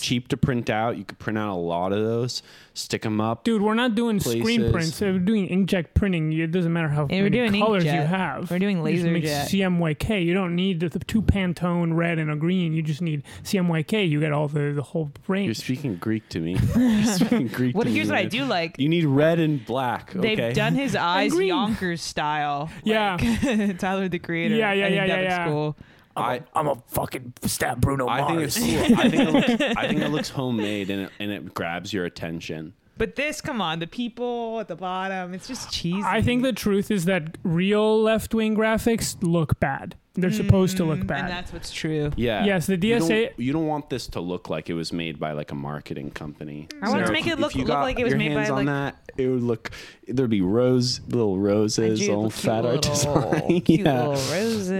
S2: cheap, cheap to print out. You could print out a lot of those. Stick them up.
S4: Dude, we're not doing screen
S2: Places.
S4: prints. We're doing inkjet printing. It doesn't matter how
S5: Yeah, we're
S4: many
S5: doing
S4: colors you
S5: inkjet.
S4: have.
S5: We're doing
S4: You just
S5: laser
S4: make
S5: jet.
S4: CMYK. You don't need the, the two Pantone red and a green. You just need CMYK. You get all the, the whole range.
S2: You're speaking Greek to me. You're speaking Greek
S5: What
S2: to
S5: here's
S2: me,
S5: what I
S2: man.
S5: do like.
S2: You need red and black. Okay.
S5: They've done his eyes
S4: green.
S5: Yonkers style.
S4: Yeah.
S5: Like, Tyler the Creator.
S4: Yeah, yeah,
S5: I think
S4: yeah,
S5: that
S4: yeah,
S5: looks
S4: yeah.
S5: cool.
S2: I,
S4: I'm a fucking stab Bruno
S2: I think it's cool. I think it looks, I think it looks homemade and it, and it grabs your attention.
S5: But this, come on, the people at the bottom, it's just cheesy.
S4: I think the truth is that real left wing graphics look bad. They're supposed to look
S5: Mm, And
S4: bad.
S5: that's what's true.
S2: Yeah.
S4: Yes, the
S2: You don't-
S4: DSA
S2: You don't, want this to look like it was made by like a marketing company.
S5: I wanted to
S2: So
S5: make
S2: if-
S5: it look-
S2: if you
S5: look
S2: got
S5: like it was
S2: your
S5: made by,
S2: hands on
S5: like-
S2: that. It would look. There'd be rose, little
S5: I
S2: roses,
S5: do
S2: all
S5: the cute
S2: fat art
S5: little-
S2: design.
S5: Cute
S2: yeah.
S5: little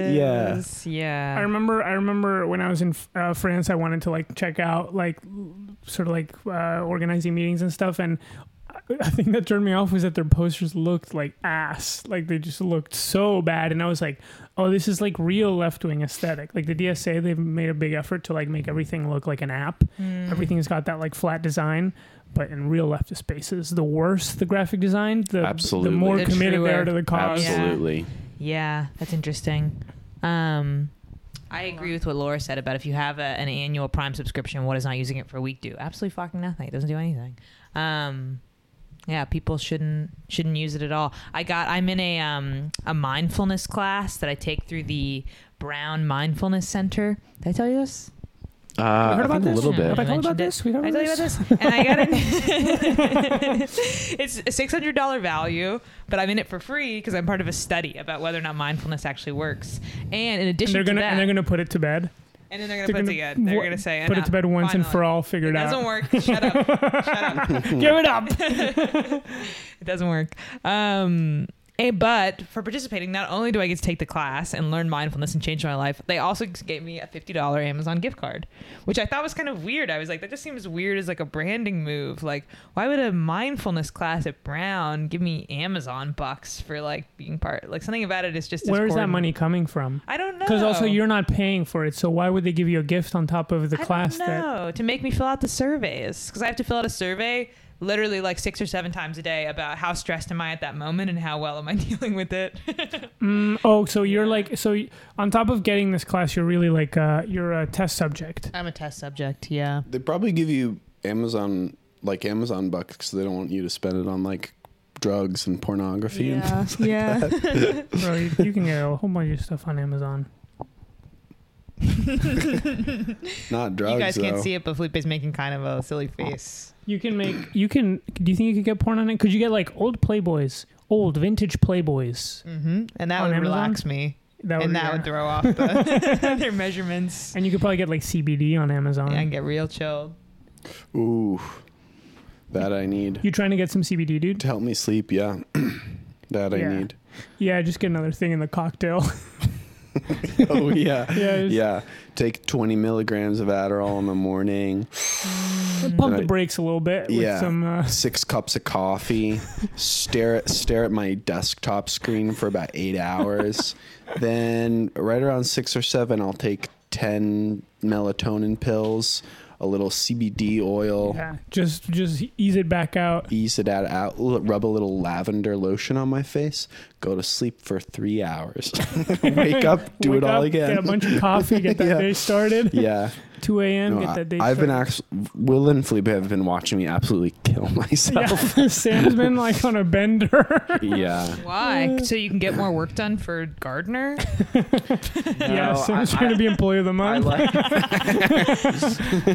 S5: roses. Yeah.
S4: I remember. I remember when I was in uh, France, I wanted to like check out like sort of like uh, organizing meetings and stuff, and I- I think that turned me off was that their posters looked like ass, like they just looked so bad, and I was like, oh, this is like real left wing aesthetic. Like the DSA, they've made a big effort to like make everything look like an app.
S5: Mm.
S4: Everything's got that like flat design. But in real leftist spaces, the worse the graphic design, the,
S2: Absolutely.
S4: the more
S5: The
S4: committed they
S5: truer.
S4: are to the cause.
S5: Yeah.
S2: Absolutely.
S5: Yeah, that's interesting. Um, I agree with what Laura said about if you have a, an annual Prime subscription, what does not using it for a week do? Absolutely fucking nothing. It doesn't do anything. Um, yeah, people shouldn't shouldn't use it at all. I got I'm in a um, a mindfulness class that I take through the Brown Mindfulness Center. Did I tell you this?
S1: Uh, I
S4: heard about
S1: think
S4: this?
S1: a little
S5: No.
S1: bit.
S4: Have I told you about
S5: mentioned it.
S4: this? We
S5: I
S4: don't
S5: told you about this, and I got it. it's a six hundred dollar value, but I'm in it for free because I'm part of a study about whether or not mindfulness actually works. And in
S4: And
S5: addition
S4: they're
S5: to
S4: gonna
S5: that,
S4: and they're gonna put it to bed.
S5: and then they're gonna
S4: they're
S5: put
S4: gonna
S5: it together. They're
S4: wa-
S5: gonna say
S4: Put it to
S5: "Enough,
S4: bed once and
S5: finally."
S4: for all, figured
S5: It doesn't
S4: out.
S5: work. Shut up. Shut up.
S4: Give it up.
S5: It doesn't work. Um, eh, but for participating, not only do I get to take the class and learn mindfulness and change my life, they also gave me a fifty dollar Amazon gift card, which I thought was kind of weird. I was like, that just seems weird as like a branding move. Like, why would a mindfulness class at Brown give me Amazon bucks for like being part? Like something about it is just
S4: Where's that
S5: discordant.
S4: money coming from?
S5: I don't know.
S4: Because also you're not paying for it, so why would they give you a gift on top of the
S5: I
S4: class
S5: don't
S4: that?
S5: know, to make me fill out the surveys because I have to fill out a survey literally like six or seven times a day about how stressed am I at that moment and how well am I dealing with it.
S4: Mm, oh, so you're like so y- on top of getting this class, you're really like uh, you're a test subject.
S5: I'm a test subject. Yeah.
S1: They probably give you Amazon like Amazon bucks 'cause they don't want you to spend it on like drugs and pornography and things like
S3: yeah.
S4: Bro, you, you can get a whole bunch of stuff on Amazon.
S1: not drugs.
S5: you guys can't
S1: though.
S5: see it, but Felipe's making kind of a silly face.
S4: You can make you can. Do you think you could get porn on it? Could you get like old Playboys, old vintage Playboys?
S5: Mm-hmm. And that
S4: On
S5: would
S4: Amazon?
S5: relax me,
S4: That
S5: and that
S4: yeah.
S5: would throw off the, Oh, their measurements.
S4: And you could probably get like CBD on Amazon.
S5: And I get real chilled.
S1: Ooh, that I need
S4: You trying to get some CBD, dude?
S1: to help me sleep. Yeah, that I
S4: Yeah.
S1: need.
S4: Yeah, just get another thing in the cocktail.
S1: Oh yeah,
S4: yeah, just
S1: yeah. Take twenty milligrams of Adderall in the morning.
S4: pump
S1: And
S4: the
S1: I-
S4: brakes a little bit
S1: Yeah.
S4: with some. Uh,
S1: Six cups of coffee. stare at stare at my desktop screen for about eight hours. then right around six or seven, I'll take ten melatonin pills, a little CBD oil.
S4: yeah, just just ease it back out.
S1: ease it out, out, l- rub a little lavender lotion on my face, go to sleep for three hours, wake up, do
S4: Wake
S1: it all
S4: up, Get a
S1: again.
S4: bunch of coffee. Get that
S1: Yeah.
S4: day started.
S1: Yeah,
S4: 2 a.m.
S1: No,
S4: get
S1: I,
S4: that day.
S1: have been
S4: started.
S1: actually Will and Felipe have been watching me absolutely kill myself.
S4: Yeah, Sam's been like on a bender.
S1: Yeah,
S5: Why? So you can get more work done for Gardner?
S4: yeah,
S1: No,
S4: Sam's
S1: I-
S4: trying to be employee of the
S1: I
S4: month.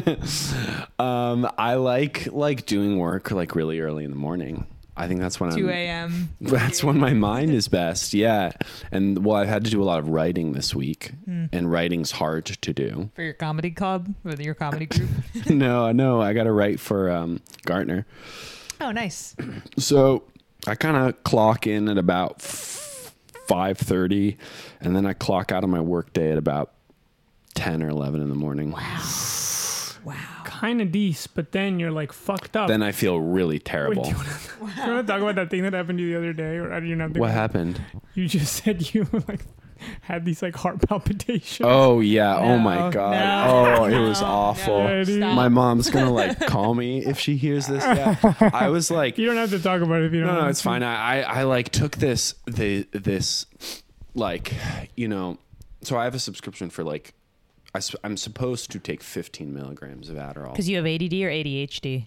S1: like, um, I like like doing work like really early in the morning. I think that's when
S5: Two
S1: I'm,
S5: a.m.
S1: That's when my mind is best. Yeah, and well, I've had to do a lot of writing this week,
S4: Hmm.
S1: and writing's hard to do.
S5: for your comedy club or your comedy group.
S1: no, no, I got to write for um, Gartner.
S5: oh, nice.
S1: So I kind of clock in at about five thirty, and then I clock out of my work day at about ten or eleven in the morning.
S5: Wow.
S4: kind of decent, but then you're like fucked up.
S1: Then I feel really terrible.
S4: Wait, do you wanna- do you want to talk about that thing that happened to you the other day, or you're not?
S1: what happened?
S4: You just said you like had these like heart palpitations.
S1: Oh yeah. oh my
S5: No,
S1: god.
S5: no,
S1: oh, it was
S5: no,
S1: awful.
S4: Yeah, dude.
S5: Stop.
S1: My mom's gonna like call me if she hears this. Yeah. I was like,
S4: You don't have to talk about it if you don't.
S1: no, no,
S4: want
S1: it's
S4: to.
S1: fine. I, I, I like took this the this like you know, so I have a subscription for like I, am supposed to take 15 milligrams of Adderall.
S5: Because you have ADD or ADHD.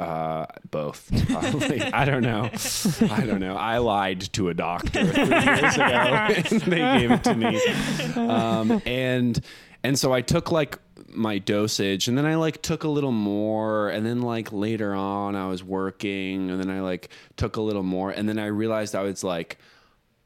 S1: Uh, both. Probably. I don't know. I don't know. I lied to a doctor three years ago, and they gave it to me. Um, and and so I took like my dosage, and then I like took a little more, and then like later on I was working, and then I like took a little more, and then I realized I was like.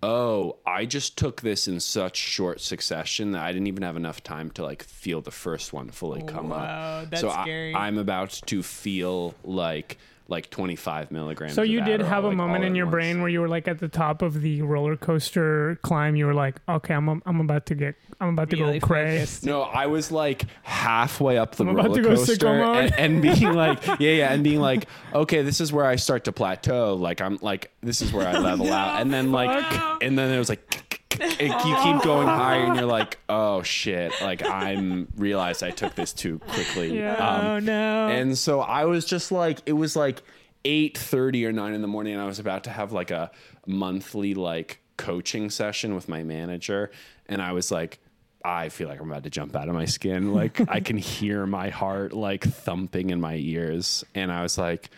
S1: Oh, I just took this in such short succession that I didn't even have enough time to like feel the first one fully come
S5: Oh, Wow,
S1: up.
S5: that's
S1: so I-
S5: scary.
S1: I'm about to feel like like 25 milligrams.
S4: So
S1: of
S4: you did
S1: Adderall,
S4: have a
S1: like,
S4: moment
S1: all
S4: in
S1: at
S4: your
S1: once.
S4: brain where you were like at the top of the roller coaster climb. You were like, okay, I'm I'm about to get, I'm about to
S5: Really
S4: go cray.
S5: focused.
S1: No, I was like halfway up the
S4: I'm about
S1: roller
S4: to go sicko
S1: coaster
S4: mode.
S1: and, and being like, yeah, yeah, and being like, okay, this is where I start to plateau. Like I'm like, this is where I level out, and then like, and then it was like, it, you keep going higher, and you're like, oh shit, like I'm realized I took this too quickly.
S4: Yeah.
S1: Um,
S5: no.
S1: And so I was just like, it was like eight thirty or nine in the morning, and I was about to have like a monthly like coaching session with my manager, and I was like. I feel like I'm about to jump out of my skin. Like I can hear my heart like thumping in my ears. And I was like,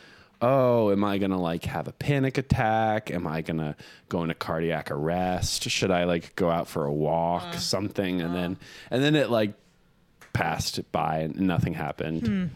S1: oh, am I gonna like have a panic attack? Am I gonna go into cardiac arrest? Should I like go out for a walk? something. And then and then it like passed by and nothing happened.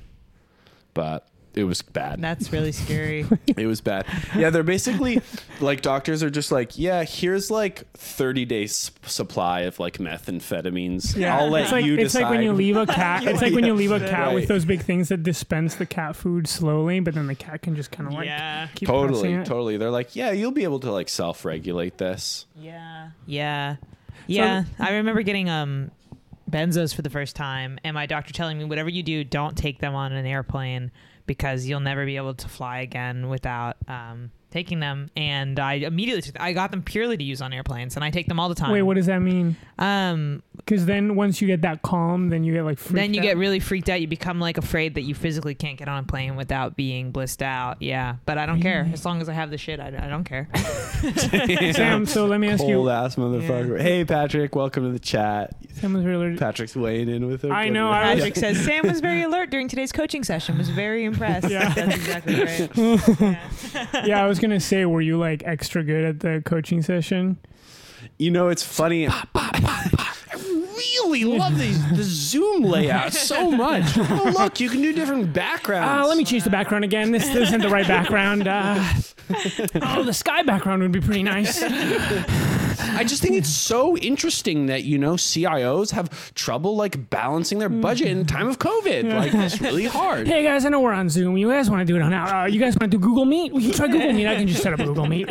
S1: But it was bad.
S5: That's really scary.
S1: It was bad. Yeah, they're basically like doctors are just like, yeah, here's like 30 days supply of like methamphetamines. I'll let
S4: it's like,
S1: you
S4: it's
S1: decide.
S4: like when you leave a cat. It's like when you leave a cat
S1: Right.
S4: with those big things that dispense the cat food slowly, but then the cat can just kind of like
S5: yeah.
S4: keep
S1: totally,
S4: pressing it.
S1: totally. They're like, yeah, you'll be able to like self-regulate this.
S5: Yeah. Yeah. Yeah. I remember getting um benzos for the first time and my doctor telling me whatever you do, don't take them on an airplane because you'll never be able to fly again without um taking them and I immediately took I got them purely to use on airplanes and I take them all the time.
S4: Wait, what does that mean?
S5: um
S4: Because then once you get that calm, then you get like freaked
S5: then you
S4: out.
S5: get really freaked out. You become like afraid that you physically can't get on a plane without being blissed out. Yeah, but I don't care as long as I have the shit. I, I don't care.
S4: Sam. So let me ask
S1: Cold
S4: you.
S1: ass motherfucker. Hey, Patrick, welcome to the chat.
S4: Sam was really.
S1: Patrick's weighing in with him.
S4: I know, I was-
S5: Patrick says Sam was very alert during today's coaching session. Was very impressed.
S4: Yeah.
S5: That's exactly right.
S4: Yeah, I was gonna say, were you like extra good at the coaching session?
S1: You know, it's funny. I really love these, the Zoom layout so much. Oh, look, you can do different
S4: Ah,
S1: backgrounds.
S4: let me change the background again. This isn't the right background. Uh, oh, the sky background would be pretty nice.
S1: I just think it's so interesting that, you know, CIOs have trouble like balancing their budget in time of COVID. Like, it's really hard.
S4: Hey guys, I know we're on Zoom. You guys want to do it on uh, you guys want to do Google Meet? We can try Google Meet. I can just set up Google Meet.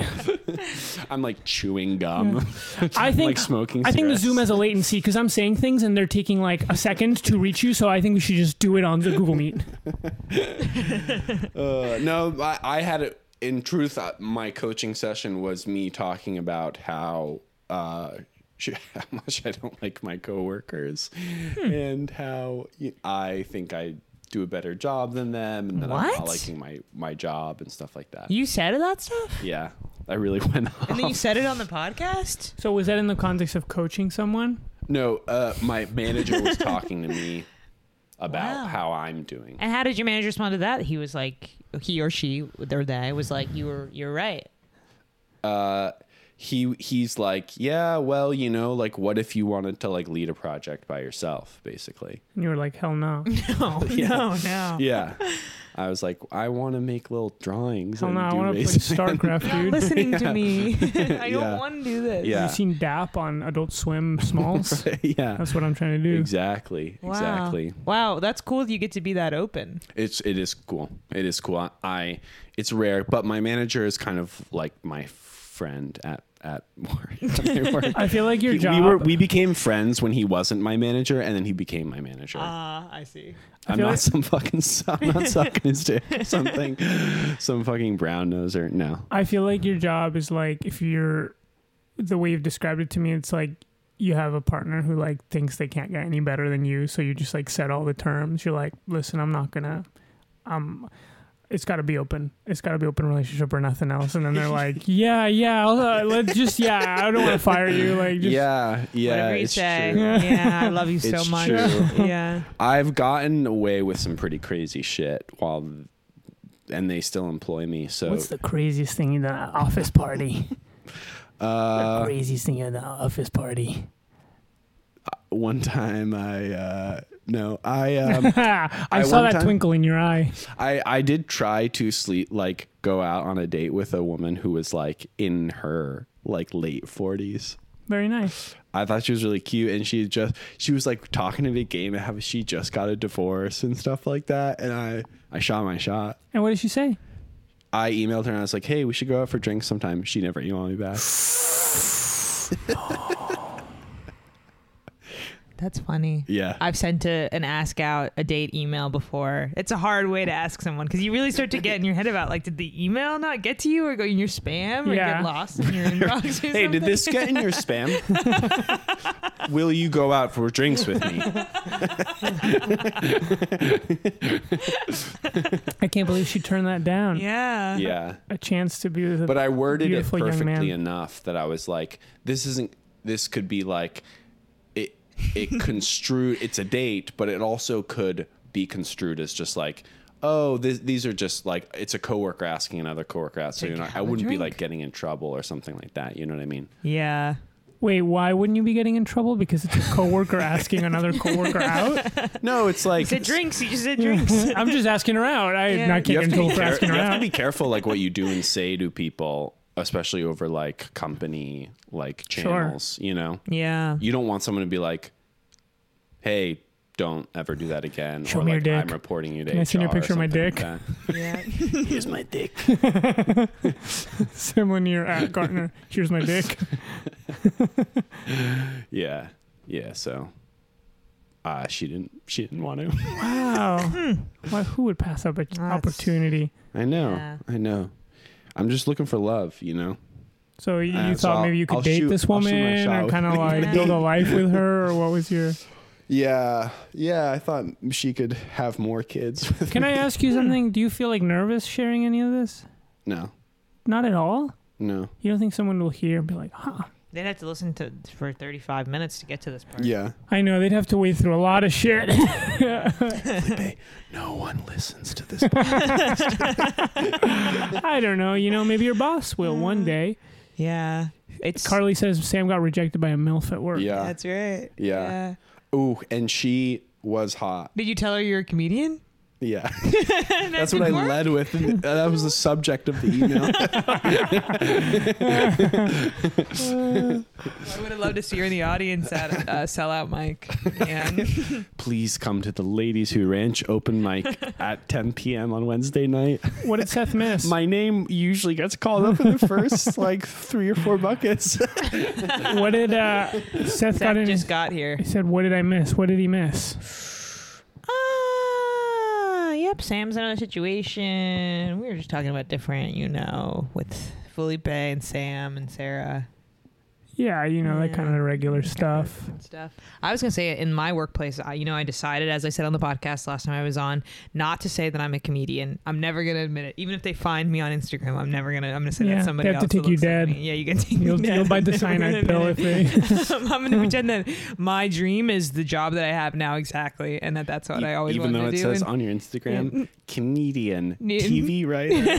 S1: I'm like chewing gum.
S4: I think
S1: Like smoking
S4: I think the
S1: cigarettes.
S4: Zoom has a latency because I'm saying things and they're taking like a second to reach you. So I think we should just do it on the Google Meet.
S1: Uh, no, I, I had it. In truth, uh, my coaching session was me talking about how uh, sh- how much I don't like my coworkers,
S4: Hmm.
S1: and how y- I think I do a better job than them, and that I'm
S5: What?
S1: not liking my my job and stuff like that.
S5: You said that stuff,
S1: yeah, I really went off.
S5: and then you said it on the podcast.
S4: So was that in the context of coaching someone?
S1: no, uh, my manager was talking to me about
S5: Wow.
S1: how I'm doing.
S5: And how did your manager respond to that? He was like, he or she or they was like, you were, you're right.
S1: uh he he's like yeah well you know like what if you wanted to like lead a project by yourself basically
S4: And you were like, hell no,
S5: No, Oh, no, no.
S1: yeah i was like i want to make little drawings
S4: hell
S1: and
S4: no, I
S1: do
S4: want to play
S1: basic-
S4: Starcraft, dude.
S5: Listening to me, I
S1: Yeah.
S5: don't want to do this.
S1: yeah
S4: You've seen DAP on Adult Swim Smalls.
S1: yeah
S4: That's what I'm trying to do.
S1: exactly
S5: Wow.
S1: exactly
S5: Wow, that's cool. that You get to be that open.
S1: it's it is cool it is cool I, I it's rare but my manager is kind of like my friend at at work, At work.
S4: I feel like your
S1: He-
S4: job.
S1: we were we became friends when he wasn't my manager and then he became my manager
S5: Ah, I see.
S1: I'm
S4: feel
S1: not
S4: like-
S1: some fucking. I'm not sucking his dick or something. some fucking brown noser. No.
S4: I feel like your job is like if you're the way you've described it to me, it's like you have a partner who like thinks they can't get any better than you, so you just like set all the terms. You're like, listen, I'm not gonna, um, it's got to be open. It's got to be open relationship or nothing else. And then they're like, yeah, yeah, I'll, uh, let's just, yeah, I don't want to fire you. Like, just,
S1: yeah. Yeah.
S5: Whatever you
S1: it's
S5: say.
S1: true.
S5: Yeah, I love you so
S1: It's
S5: much.
S1: true.
S5: Yeah.
S1: I've gotten away with some pretty crazy shit while, and they still employ me. So.
S4: What's the craziest thing in the office party?
S1: uh,
S4: craziest thing in the office party.
S1: one time I uh, no I um,
S4: I,
S1: I
S4: saw
S1: one
S4: that
S1: time-
S4: twinkle in your eye.
S1: I I did try to sleep like go out on a date with a woman who was like in her like late forties.
S4: Very nice.
S1: I thought she was really cute, and she just she was like talking to the game and how she just got a divorce and stuff like that. And I I shot my shot.
S4: And what did she say?
S1: I emailed her and I was like, "Hey, we should go out for drinks sometime." She never emailed me back.
S5: That's funny.
S1: Yeah,
S5: I've sent a, an ask out a date email before. It's a hard way to ask someone because you really start to get in your head about like, did the email not get to you or go in your spam or
S4: Yeah.
S5: get lost in your inbox? Or
S1: hey, did this get in your spam? Will you go out for drinks with me?
S4: I can't believe she turned that down.
S5: Yeah.
S1: Yeah,
S4: a chance to be with a
S1: but I worded it
S4: Beautiful young
S1: perfectly
S4: man.
S1: enough that I was like, "This isn't. This could be like, it. It construed. It's a date, but it also could be construed as just like." Oh, this, these are just like it's a coworker asking another coworker out, so
S5: Like,
S1: you're not, I
S5: have a
S1: wouldn't be
S5: drink.
S1: like getting in trouble or something like that. You know what I mean?
S5: Yeah.
S4: Wait, why wouldn't you be getting in trouble? Because it's a coworker asking another coworker out.
S2: No, it's
S5: You
S2: like
S5: said drinks. You just said drinks.
S4: I'm just asking her out. I'm
S5: Yeah.
S4: not
S2: you have,
S4: getting in
S2: to be
S4: trouble for
S2: care-
S4: asking
S2: you
S4: her
S2: have to
S4: out.
S2: be careful like what you do and say to people, especially over like company like channels, you know.
S5: Yeah.
S2: You don't want someone to be like, "Hey, don't ever do that again."
S4: Show
S2: or
S4: me your
S2: like,
S4: dick.
S2: I'm reporting you to
S4: Can I send you a
S2: HR or
S4: picture of my
S2: something like
S4: dick?
S2: that.
S5: Yeah.
S2: Here's my dick.
S4: Similar near at Gartner. Here's my dick.
S2: Yeah, yeah. So, uh, she didn't. She didn't want to.
S4: Wow. Hmm. Why, who would pass up an
S5: That's-
S4: opportunity?
S2: I know.
S5: Yeah.
S2: I know. I'm just looking for love, you know.
S4: So you
S2: Uh, so
S4: thought
S2: I'll-
S4: maybe you could
S2: I'll
S4: date
S2: shoot-
S4: this
S2: I'll shoot my
S4: woman
S2: shot
S4: or
S2: with
S4: kind of like
S5: Yeah.
S4: build a life with her, or what was your?
S1: Yeah, yeah. I thought she could have more kids. With
S4: Can I ask you something? Do you feel like nervous sharing any of this?
S1: no,
S4: Not at all.
S1: no.
S4: You don't think someone will hear and be like, "Huh."
S5: They'd have to listen to for 35 minutes to get to this part.
S1: Yeah,
S4: I know they'd have to wade through a lot of shit.
S1: Felipe, no one listens to this. podcast.
S4: I don't know. You know, maybe your boss will one day.
S5: Yeah. It's
S4: Carly says Sam got rejected by a MILF at work.
S1: yeah.
S5: That's right.
S1: Yeah. Ooh, and she was hot.
S5: Did you tell her you're a comedian?
S1: Yeah, that's what I led with. Uh, That was the subject of the email.
S5: I would have loved to see her in the audience at a uh, sellout mic. Man.
S2: Please come to the Ladies Who Ranch open mic at 10 p.m. on Wednesday night.
S4: What did Seth miss?
S2: My name usually gets called
S1: All
S2: up.
S1: up in the first like three or four buckets.
S4: what did uh, Seth got
S5: Seth
S4: in?
S5: just got here.
S4: he said, "What did I miss? What did he miss?"
S5: Ah, yep. Sam's in another situation. We were just talking about different, you know, with Felipe and Sam and Sarah.
S4: Yeah, you know that
S5: Yeah.
S4: kind of regular stuff.
S5: and stuff. I was gonna say in my workplace, I, you know, I decided, as I said on the podcast last time I was on, not to say that I'm a comedian. I'm never gonna admit it. Even if they find me on Instagram, I'm never gonna. I'm gonna say
S4: Yeah,
S5: that's somebody
S4: they have to
S5: else. that
S4: take you
S5: looks like
S4: dead.
S5: me. Yeah, you can take me
S4: You'll,
S5: dead.
S4: you'll bite the
S5: I'm never
S4: cyanide
S5: gonna
S4: pill if
S5: admit
S4: they.
S5: it. I'm gonna pretend that my dream is the job that I have now exactly, and that that's what I always
S2: Even
S5: wanted
S2: though
S5: to
S2: it
S5: do.
S2: says
S5: and-
S2: on your Instagram, comedian,
S5: Yeah.
S2: TV writer,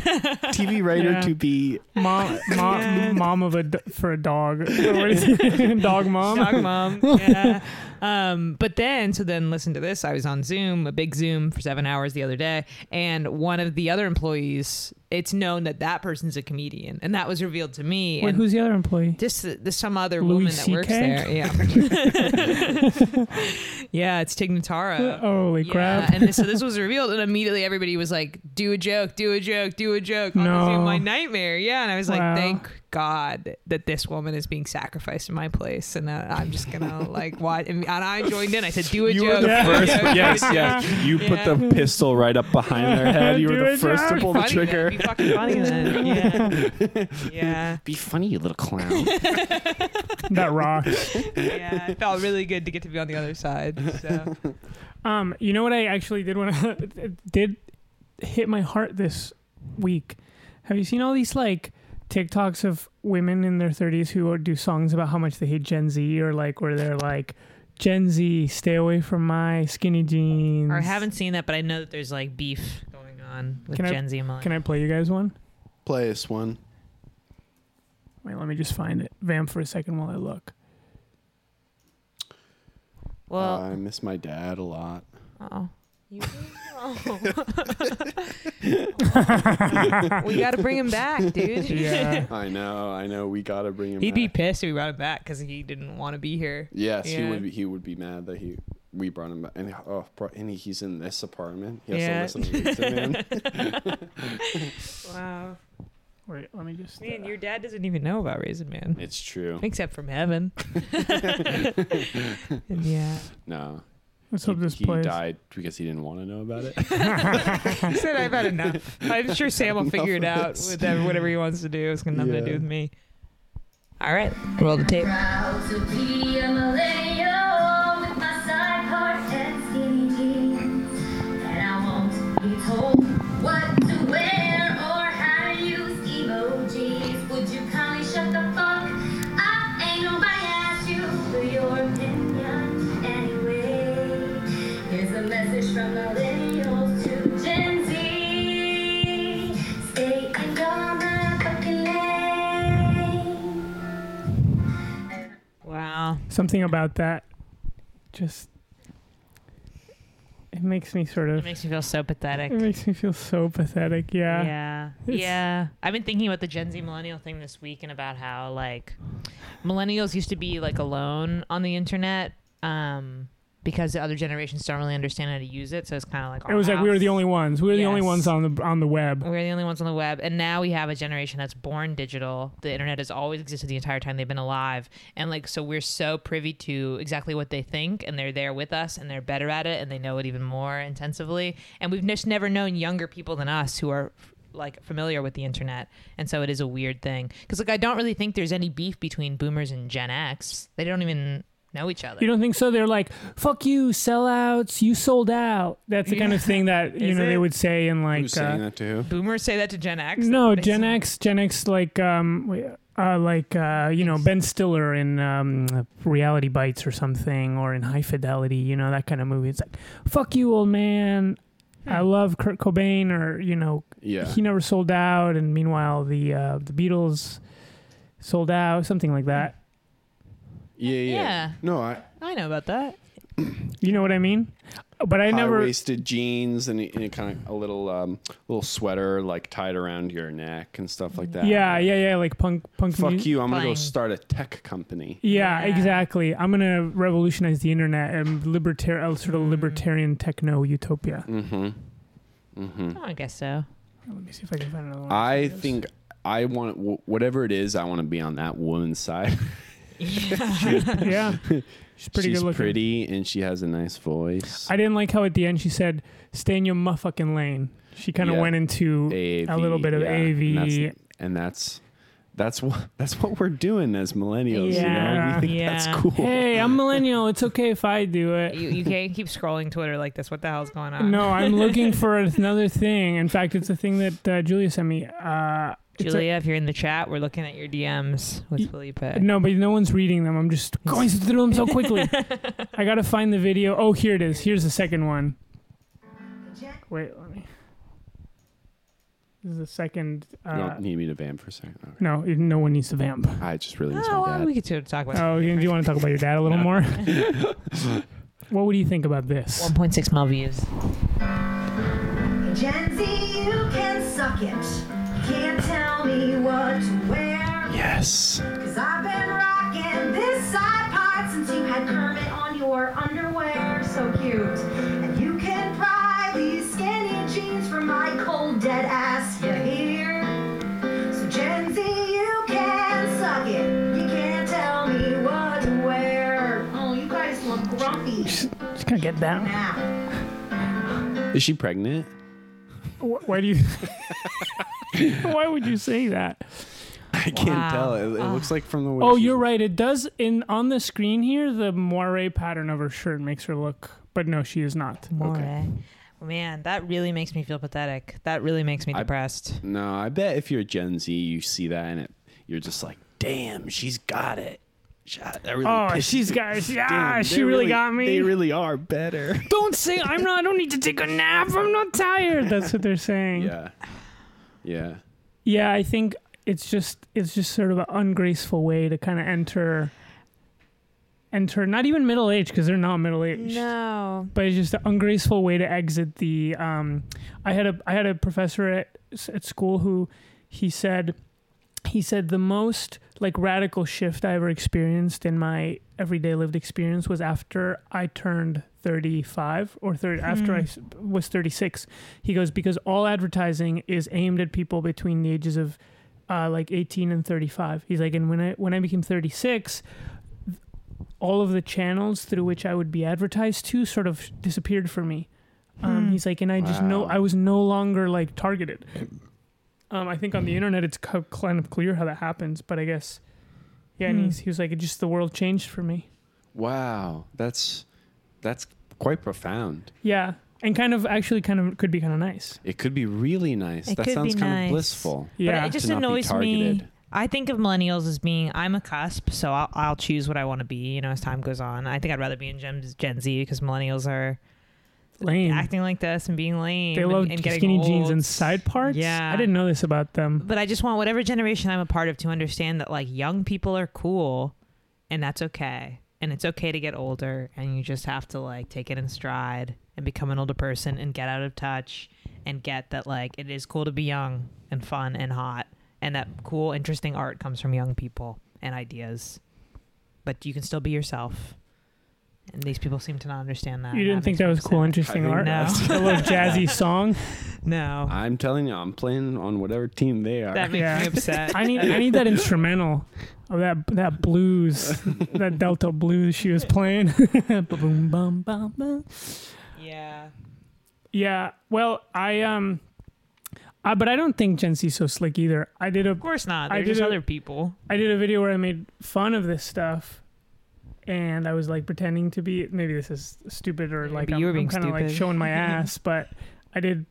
S2: TV writer
S4: Yeah.
S2: to be.
S4: Mom, mom,
S5: Yeah.
S4: mom of a d- for a dog. What is it? dog mom.
S5: Dog mom. Yeah. Um, but then, so then listen to this. I was on Zoom, a big Zoom for seven hours the other day. And one of the other employees, it's known that that person's a comedian. And that was revealed to me.
S4: Wait,
S5: and
S4: who's the other employee?
S5: just the, the- some other
S4: Louis
S5: woman that works
S4: CK?
S5: there. Yeah. yeah, it's Tig Notaro.
S4: Holy
S5: Yeah,
S4: crap!
S5: and this, so this was revealed, and immediately everybody was like, "Do a joke, do a joke, do a joke." on the Zoom,
S4: No.
S5: my nightmare. Yeah, and I was
S4: Wow.
S5: like, "Thank God that this woman is being sacrificed in my place," and uh, I'm just gonna like watch. And I joined in. I said, "Do a
S2: You
S5: joke."
S2: were the
S5: do a
S2: first.
S5: joke, do a
S2: Yes,
S5: joke."
S2: yes. You put
S5: Yeah.
S2: the pistol right up behind their head. You
S4: Do
S2: were the
S4: it,
S2: first to
S4: Josh.
S2: pull the
S5: Funny then.
S2: trigger.
S5: Be fucking funny then. Yeah. yeah.
S2: Be funny, you little clown.
S4: that rocks.
S5: Yeah. It felt really good to get to be on the other side. So
S4: Um, you know what I actually did when I did hit my heart this week. Have you seen all these like TikToks of women in their 30s who do songs about how much they hate Gen Z or like where they're like Gen Z, stay away from my skinny jeans.
S5: Or I haven't seen that, but I know that there's like beef going on with
S4: Can I-
S5: Gen Z and millennials.
S4: Can I play you guys one?
S1: Place one.
S4: Wait, let me just find it. Vamp for a second while I look.
S5: well,
S1: I miss my dad a lot.
S5: oh. You- we got to bring him back, dude.
S4: Yeah.
S1: I know, I know. We gotta bring him.
S5: He'd be
S1: back.
S5: pissed if we brought him back because he didn't want to be here.
S1: Yes, he
S5: Yeah.
S1: would. Be, he would be mad that he we brought him back, and oh, bro, and he's in this apartment. He has
S5: Yeah.
S1: to listen to Lisa, man.
S5: Wow.
S4: Wait, let me just.
S5: Man,
S4: uh,
S5: your dad doesn't even know about Raisin Man.
S2: it's true.
S5: Except from heaven. yeah.
S2: No,
S4: let's
S2: he,
S4: hope this
S2: he
S4: plays.
S2: died because he didn't want to know about it.
S5: He said, I've had enough. I'm sure Sam will figure it out with that- whatever he wants to do. It's got nothing to do
S1: Yeah.
S5: with me. All right. Roll the tape.
S6: Proud to be a millennial with my side part and skinny jeans. And I won't be told what to wear or how to use emojis. Would you kindly shut the fuck up? Ain't nobody asked you for your opinion anyway. Here's a message from millennials to Gen Z. Stay in your motherfucking lane.
S7: Yeah.
S4: Something about that just it makes me sort
S5: It
S4: of
S5: makes me feel so pathetic.
S4: it makes me feel so pathetic. Yeah.
S5: Yeah.
S4: It's-
S5: yeah. I've been thinking about the Gen Z millennial thing this week and about how like millennials used to be like alone on the internet um because the other generations don't really understand how to use it, so it's kind of like
S4: It was like we were the
S5: only.
S4: only ones. We were the only
S5: Yes. Mm.
S4: ones on the on the web.
S5: We're the only ones on the web, and now we have a generation that's born digital. The internet has always existed the entire time they've been alive, and like so, we're so privy to exactly what they think, and they're there with us, and they're better at it, and they know it even more intensively. And we've just never known younger people than us who are like familiar with the internet, and so it is a weird thing. Because like I don't really think there's any beef between Boomers and Gen X. They don't even know each other.
S4: You don't think so? They're like, "Fuck you, sellouts! You sold out." That's the kind of thing that you
S5: Is
S4: know
S5: it?
S4: they would say in like
S1: Who's saying
S4: uh,
S1: that to who?
S5: Boomers say that to Gen X.
S4: no
S5: They
S4: Gen
S5: say-
S4: X, Gen X like um wait, uh, like uh you know Ben Stiller in um Reality Bites or something or in High Fidelity, you know that kind of movie. It's like, "Fuck you, old man."
S5: Hmm.
S4: I love Kurt Cobain, or you know,
S1: Yeah.
S4: he never sold out, and meanwhile the uh, the Beatles sold out, something like that.
S1: Yeah, yeah.
S5: Yeah.
S1: No, I,
S5: I know about that.
S4: You know what I mean? But I never.
S1: high-waisted jeans and, a- and a kind of a little um, little sweater like tied around your neck and stuff like that.
S4: Yeah, yeah, yeah. Like punk, punk.
S1: Fuck
S4: music.
S1: you! I'm gonna go
S5: Playing.
S1: start a tech company.
S4: Yeah,
S5: Yeah.
S4: exactly. I'm gonna revolutionize the internet and libertarian, sort of libertarian techno utopia.
S1: Mm-hmm. Mm-hmm.
S5: Oh, I guess so.
S4: Let me see if I can find another one.
S1: I think I want wh- whatever it is. I want to be on that woman's side.
S4: yeah, she's pretty
S1: She's
S4: good looking.
S1: pretty and she has a nice voice.
S4: I didn't like how at the end she said, "Stay in your muffucking lane." She kind of
S1: Yeah.
S4: went into
S1: AAV,
S4: a little bit of
S1: yeah,
S4: AV.
S1: and that's, and that's that's what that's what we're doing as millennials. you know?
S4: Yeah.
S1: we think
S5: Yeah.
S1: that's cool.
S4: Hey, I'm millennial. It's okay if I do it.
S5: You, you can't keep scrolling Twitter like this. What the hell's going on?
S4: No, I'm looking for another thing. In fact, it's a thing that uh, Julia sent me. Uh, it's a-
S5: Julia, if you're in the chat, we're looking at your DMs
S4: Y-
S5: with Felipe.
S4: No, but no one's reading them. I'm just going through them so quickly. I gotta find the video. Oh, here it is. Here's the second one. Wait, let me. This is the second.
S1: you
S4: Uh,
S1: don't need me to vamp for a second. Okay.
S4: no, no one needs to vamp.
S1: I just really miss
S5: Oh,
S1: my
S5: well,
S1: dad.
S5: we could t- talk about
S4: Oh, you- do you want to talk about your dad a little
S1: No.
S4: more? what would you think about this?
S5: 1.6 mil views.
S6: Gen Z, you can suck it. You can't tell me what to wear.
S1: Yes.
S6: Cause I've been rocking this side pod since you had Kermit on your underwear. So cute. And you can pry these skinny jeans from my cold dead ass, you hear? So Gen Z, you can suck it. You can't tell me what to wear. Oh, you guys look grumpy
S4: Just gonna get down.
S6: now.
S1: Is she pregnant?
S4: Wh- Why do you? Why would you say that?
S1: I can't
S5: Wow.
S1: tell. It, it looks like from the way.
S4: Oh,
S1: she-
S4: you're right. It does in on the screen here. The moire pattern of her shirt makes her look, but no, she is not.
S5: More. Man, that really makes me feel pathetic. That really makes me
S1: I-
S5: depressed.
S1: No, I bet if you're Gen Z, you see that and it, you're just like, damn, she's got it. She- that really
S4: Oh,
S1: pissed
S4: she's
S1: me.
S4: got.
S1: Damn,
S4: Yeah,
S1: they
S4: she really, got me.
S1: They really are better.
S4: don't say I'm not. I don't need to take a nap. I'm not tired. That's what they're saying. Yeah,
S1: yeah. Yeah.
S4: I think it's just it's just sort of an ungraceful way to kind of enter enter not even middle age because they're not middle aged.
S8: No.
S4: But it's just an ungraceful way to exit the. Um, I had a I had a professor at at school who he said he said the most like radical shift I ever experienced in my everyday lived experience was after I turned 35 or 30 after I s- was 36. He goes because all advertising is aimed at people between the ages of uh, like 18 and 35. He's like and when I when I became 36 th- all of the channels through which I would be advertised to sort of disappeared for me. Um,
S5: Hmm.
S4: He's like, and I just know
S1: Wow.
S4: I was no longer like targeted. Um, I think on the internet it's co- kind of clear how that happens, but I guess, yeah. And
S5: Hmm.
S4: he's, he was like, it just the world changed for me.
S1: Wow. That's that's quite profound.
S4: Yeah, and kind of actually kind of could be kind of nice.
S1: It could be really nice.
S5: It
S1: that
S5: could
S1: sounds
S5: be
S1: kind
S5: nice.
S1: of blissful.
S4: Yeah,
S5: but it just
S1: To not be
S5: annoys me.
S1: targeted.
S5: I think of millennials as being I'm a cusp, so I'll, I'll choose what I want to be. You know, as time goes on, I think I'd rather be in Gen, Gen Z because millennials are
S4: lame.
S5: acting like this and being lame.
S4: they
S5: and,
S4: love
S5: and getting
S4: skinny jeans
S5: old.
S4: and side parts.
S5: Yeah.
S4: I didn't know this about them.
S5: But I just want whatever generation I'm a part of to understand that like young people are cool and that's okay. And it's okay to get older, and you just have to like take it in stride and become an older person and get out of touch and get that like it is cool to be young and fun and hot, and that cool, interesting art comes from young people and ideas. But you can still be yourself, and these people seem to not understand that.
S4: You didn't think that
S5: makes
S4: was
S5: me
S4: cool,
S5: upset.
S4: interesting
S1: I
S4: art?
S1: think
S4: A little jazzy song.
S5: No,
S1: I'm telling you, I'm playing on whatever team they are.
S5: that makes
S4: Yeah.
S5: me upset.
S4: I need I need that instrumental of that that blues, that Delta blues she was playing. Ba-boom, bum, bum, bum.
S5: yeah.
S4: Yeah. Well, I um, I, but I don't think Gen C's so slick either. I did a
S5: Of course not.
S4: I
S5: They're just
S4: didn't-
S5: other people.
S4: I did a video where I made fun of this stuff, and I was like pretending to be maybe this is stupid or like
S5: Maybe
S4: I'm,
S5: you were being
S4: kind of like
S5: stupid.
S4: showing my ass, but I did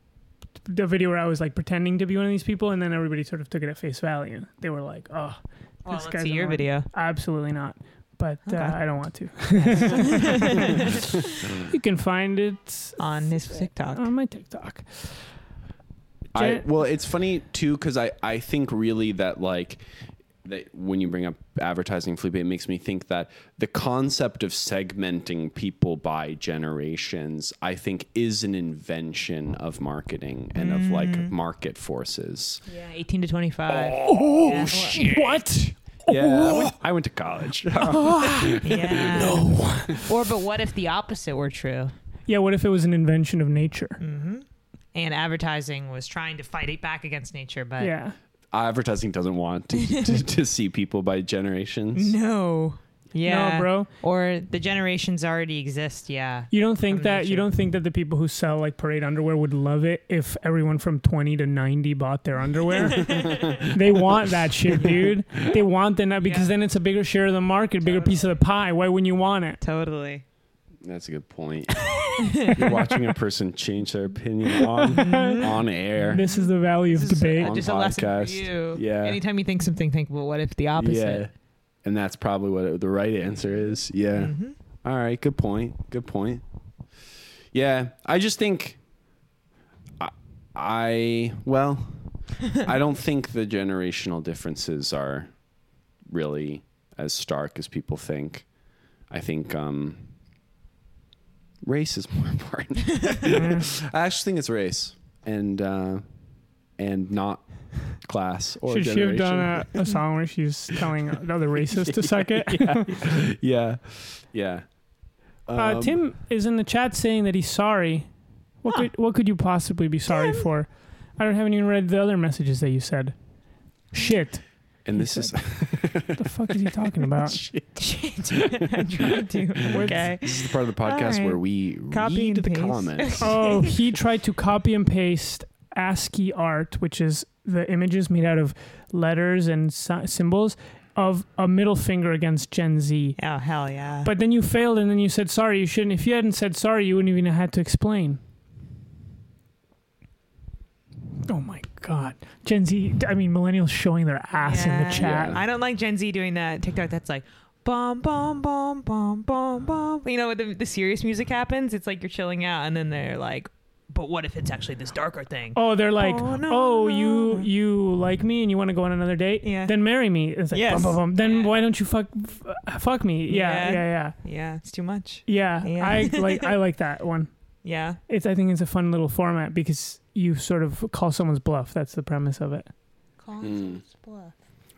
S4: the video where I was like pretending to be one of these people, and then everybody sort of took it at face value. They were like, "Oh,
S5: Well,
S4: This
S5: let's
S4: guy's
S5: see your
S4: annoying.
S5: video.
S4: absolutely not." But
S5: Okay.
S4: uh, I don't want to. you can find it
S5: on his TikTok.
S1: Oh.
S4: on my TikTok.
S1: I,
S4: Jan-
S1: well, it's funny too because I I think really that like that when you bring up advertising, Felipe, it makes me think that the concept of segmenting people by generations, I think, is an invention of marketing and of like market forces.
S5: yeah, 18 to 25.
S1: Oh
S5: Yeah.
S1: shit!
S4: What?
S1: Yeah, I went, I went to college.
S5: Yeah. no. Or, but what if the opposite were true?
S4: Yeah, what if it was an invention of nature?
S5: Mm. And advertising was trying to fight it back against nature, but
S4: Yeah.
S1: advertising doesn't want to, to, to see people by generations.
S5: no. Yeah,
S4: No, bro.
S5: Or the generations already exist. Yeah.
S4: You don't think
S5: From
S4: that you
S5: nature.
S4: don't think that the people who sell like parade underwear would love it if everyone from 20 to 90 bought their underwear? they want that shit, dude. They want the that because
S5: Yeah.
S4: then it's a bigger share of the market, bigger piece of the pie. Why wouldn't you want it?
S5: Totally.
S1: That's a good point. You're watching a person change their opinion on on air.
S4: This is the value of debate.
S1: on
S5: just a lesson for
S1: podcast.
S5: you.
S1: Yeah.
S5: Anytime you think something, think, well, what if the opposite?
S1: Yeah. And that's probably what the right answer is. Yeah. All right. Good point. Good point. Yeah. I just think I, I well, I don't think the generational differences are really as stark as people think. I think um, race is more important. I actually think it's race and uh, and not class or
S4: Should she
S1: generation.
S4: have done a, a song where she's telling another racist to suck it?
S1: yeah, yeah.
S4: Uh, Tim is in the chat saying that he's sorry. What could what could you possibly be sorry for? I don't haven't even read the other messages that you said. Shit.
S1: and this is
S4: What the fuck is he talking about?
S5: Shit. I'm trying to. Okay.
S1: this is the part of the podcast
S5: All right.
S1: where we
S5: Copy
S1: read
S5: and
S1: the
S5: paste.
S1: comments.
S4: Oh, he tried to copy and paste ASCII art, which is the images made out of letters and sy- symbols of a middle finger against Gen Z.
S5: Oh, hell yeah.
S4: But then you failed, and then you said sorry. You shouldn't. If you hadn't said sorry, you wouldn't even have had to explain. Oh my God, Gen Z. I mean, millennials showing their ass in the
S5: Yeah.
S4: chat.
S5: I don't like Gen Z doing that TikTok. That's like bum bum bum bum bum bum. You know, when the, the serious music happens, it's like you're chilling out, and then they're like, "But what if it's actually this darker thing?"
S4: Oh, they're like,
S5: Oh,
S4: oh,
S5: no, no,
S4: you
S5: no."
S4: you like me and you want to go on another date?
S5: Yeah.
S4: Then marry me. It's like,
S5: Yes.
S4: bum, bum, bum. Then
S5: Yeah.
S4: why don't you fuck f- fuck me?
S5: Yeah.
S4: Yeah, yeah,
S5: Yeah, it's too much.
S4: yeah, yeah.
S5: Yeah.
S4: I like I like that one.
S5: Yeah,
S4: It's I think it's a fun little format because you sort of call someone's bluff. That's the premise of it.
S1: Mm.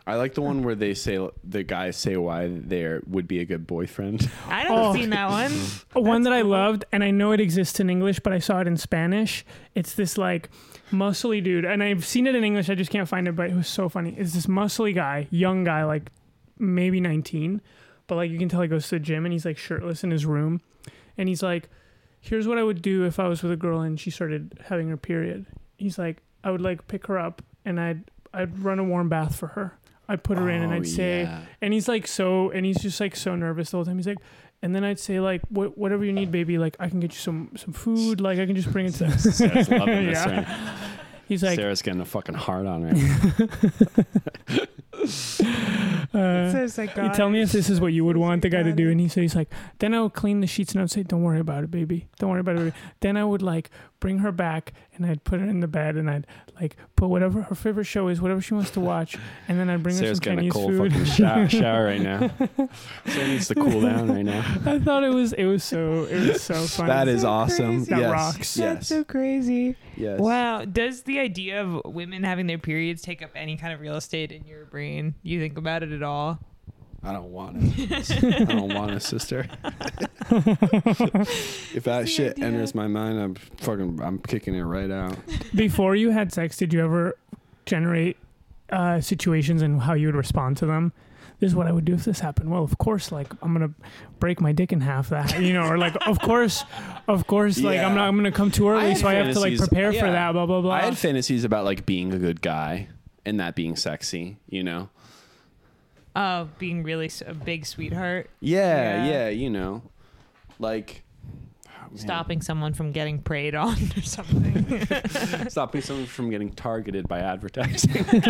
S1: I like the one where they say the guys say why they would be a good boyfriend.
S5: I haven't
S4: Oh.
S5: seen that one.
S4: one
S5: That's
S4: that I
S5: cool.
S4: loved, and I know it exists in English, but I saw it in Spanish. It's this like muscly dude, and I've seen it in English. I just can't find it, but it was so funny. It's this muscly guy, young guy, like maybe nineteen, but like you can tell he goes to the gym, and he's like shirtless in his room, and he's like, "Here's what I would do if I was with a girl and she started having her period." He's like, "I would like pick her up, and I'd I'd run a warm bath for her. I'd put her in, and
S1: Oh,
S4: I'd say."
S1: yeah.
S4: and he's like so and he's just like so nervous the whole time he's like and then i'd say like what, whatever you need baby like i can get you some some food like i can just bring it to
S1: Sarah's loving this
S4: Yeah.
S1: right?
S4: he's like
S1: Sarah's getting a fucking hard on right now.
S4: Uh,
S5: so psychotic.
S4: you tell me if this is what you would want the guy to do, and he says he's like, then I would clean the sheets and I would say, don't worry about it, baby, don't worry about it. baby." Then I would like bring her back and I'd put her in the bed and I'd like put whatever her favorite show is, whatever she wants to watch, and then I'd bring
S2: Sarah's
S4: her
S2: got
S4: some
S2: a
S4: Chinese
S2: cold
S4: food.
S2: fucking shower, shower right now. Sarah needs to cool down right now.
S4: I thought it was it was so it was so funny.
S1: That is
S5: so
S1: awesome.
S5: crazy.
S4: That
S1: yes.
S4: rocks.
S5: That's
S1: Yes.
S5: so crazy.
S1: yes.
S5: Wow. Does the idea of women having their periods take up any kind of real estate in your brain? You think about it at all?
S1: I don't want it. I don't want it, sister. if that shit
S5: idea.
S1: enters my mind, I'm fucking I'm kicking it right out.
S4: Before you had sex, did you ever generate uh, situations and how you would respond to them? This is what I would do if this happened. Well, of course, like I'm gonna break my dick in half. That you know, or like, of course, of course, like I'm
S1: Yeah.
S4: not. I'm gonna come too
S1: I
S4: early,
S1: had
S4: so I have to like
S1: fantasies-
S4: prepare for
S1: yeah.
S4: that. Blah blah blah.
S1: I had fantasies about like being a good guy and that being sexy, you know.
S5: Oh, being really s- a big sweetheart,
S1: Yeah,
S5: Yeah.
S1: yeah, you know. Like
S5: stopping someone from getting preyed on or something.
S1: stopping someone from getting targeted by advertising.
S5: and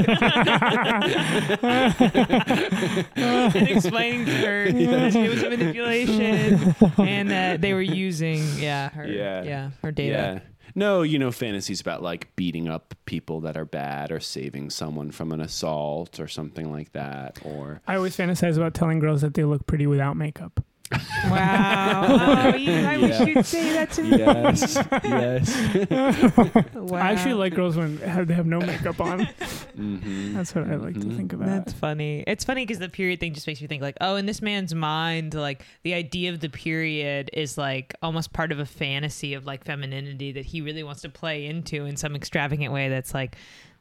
S5: explaining to her that it was a manipulation and that they were using yeah her yeah,
S1: Yeah.
S5: her data.
S1: No, you know, fantasies about like beating up people that are bad or saving someone from an assault or something like that. Or
S4: I always fantasize about telling girls that they look pretty without makeup.
S5: Wow. Oh, you, I wish
S1: Yeah.
S5: you'd say that to me.
S1: yes, yes.
S5: Wow.
S4: I actually like girls when have, they have no makeup on.
S1: Mm-hmm.
S4: That's what I like to think about.
S5: That's funny. It's funny because the period thing just makes me think like, oh, in this man's mind, like the idea of the period is like almost part of a fantasy of like femininity that he really wants to play into in some extravagant way. That's like,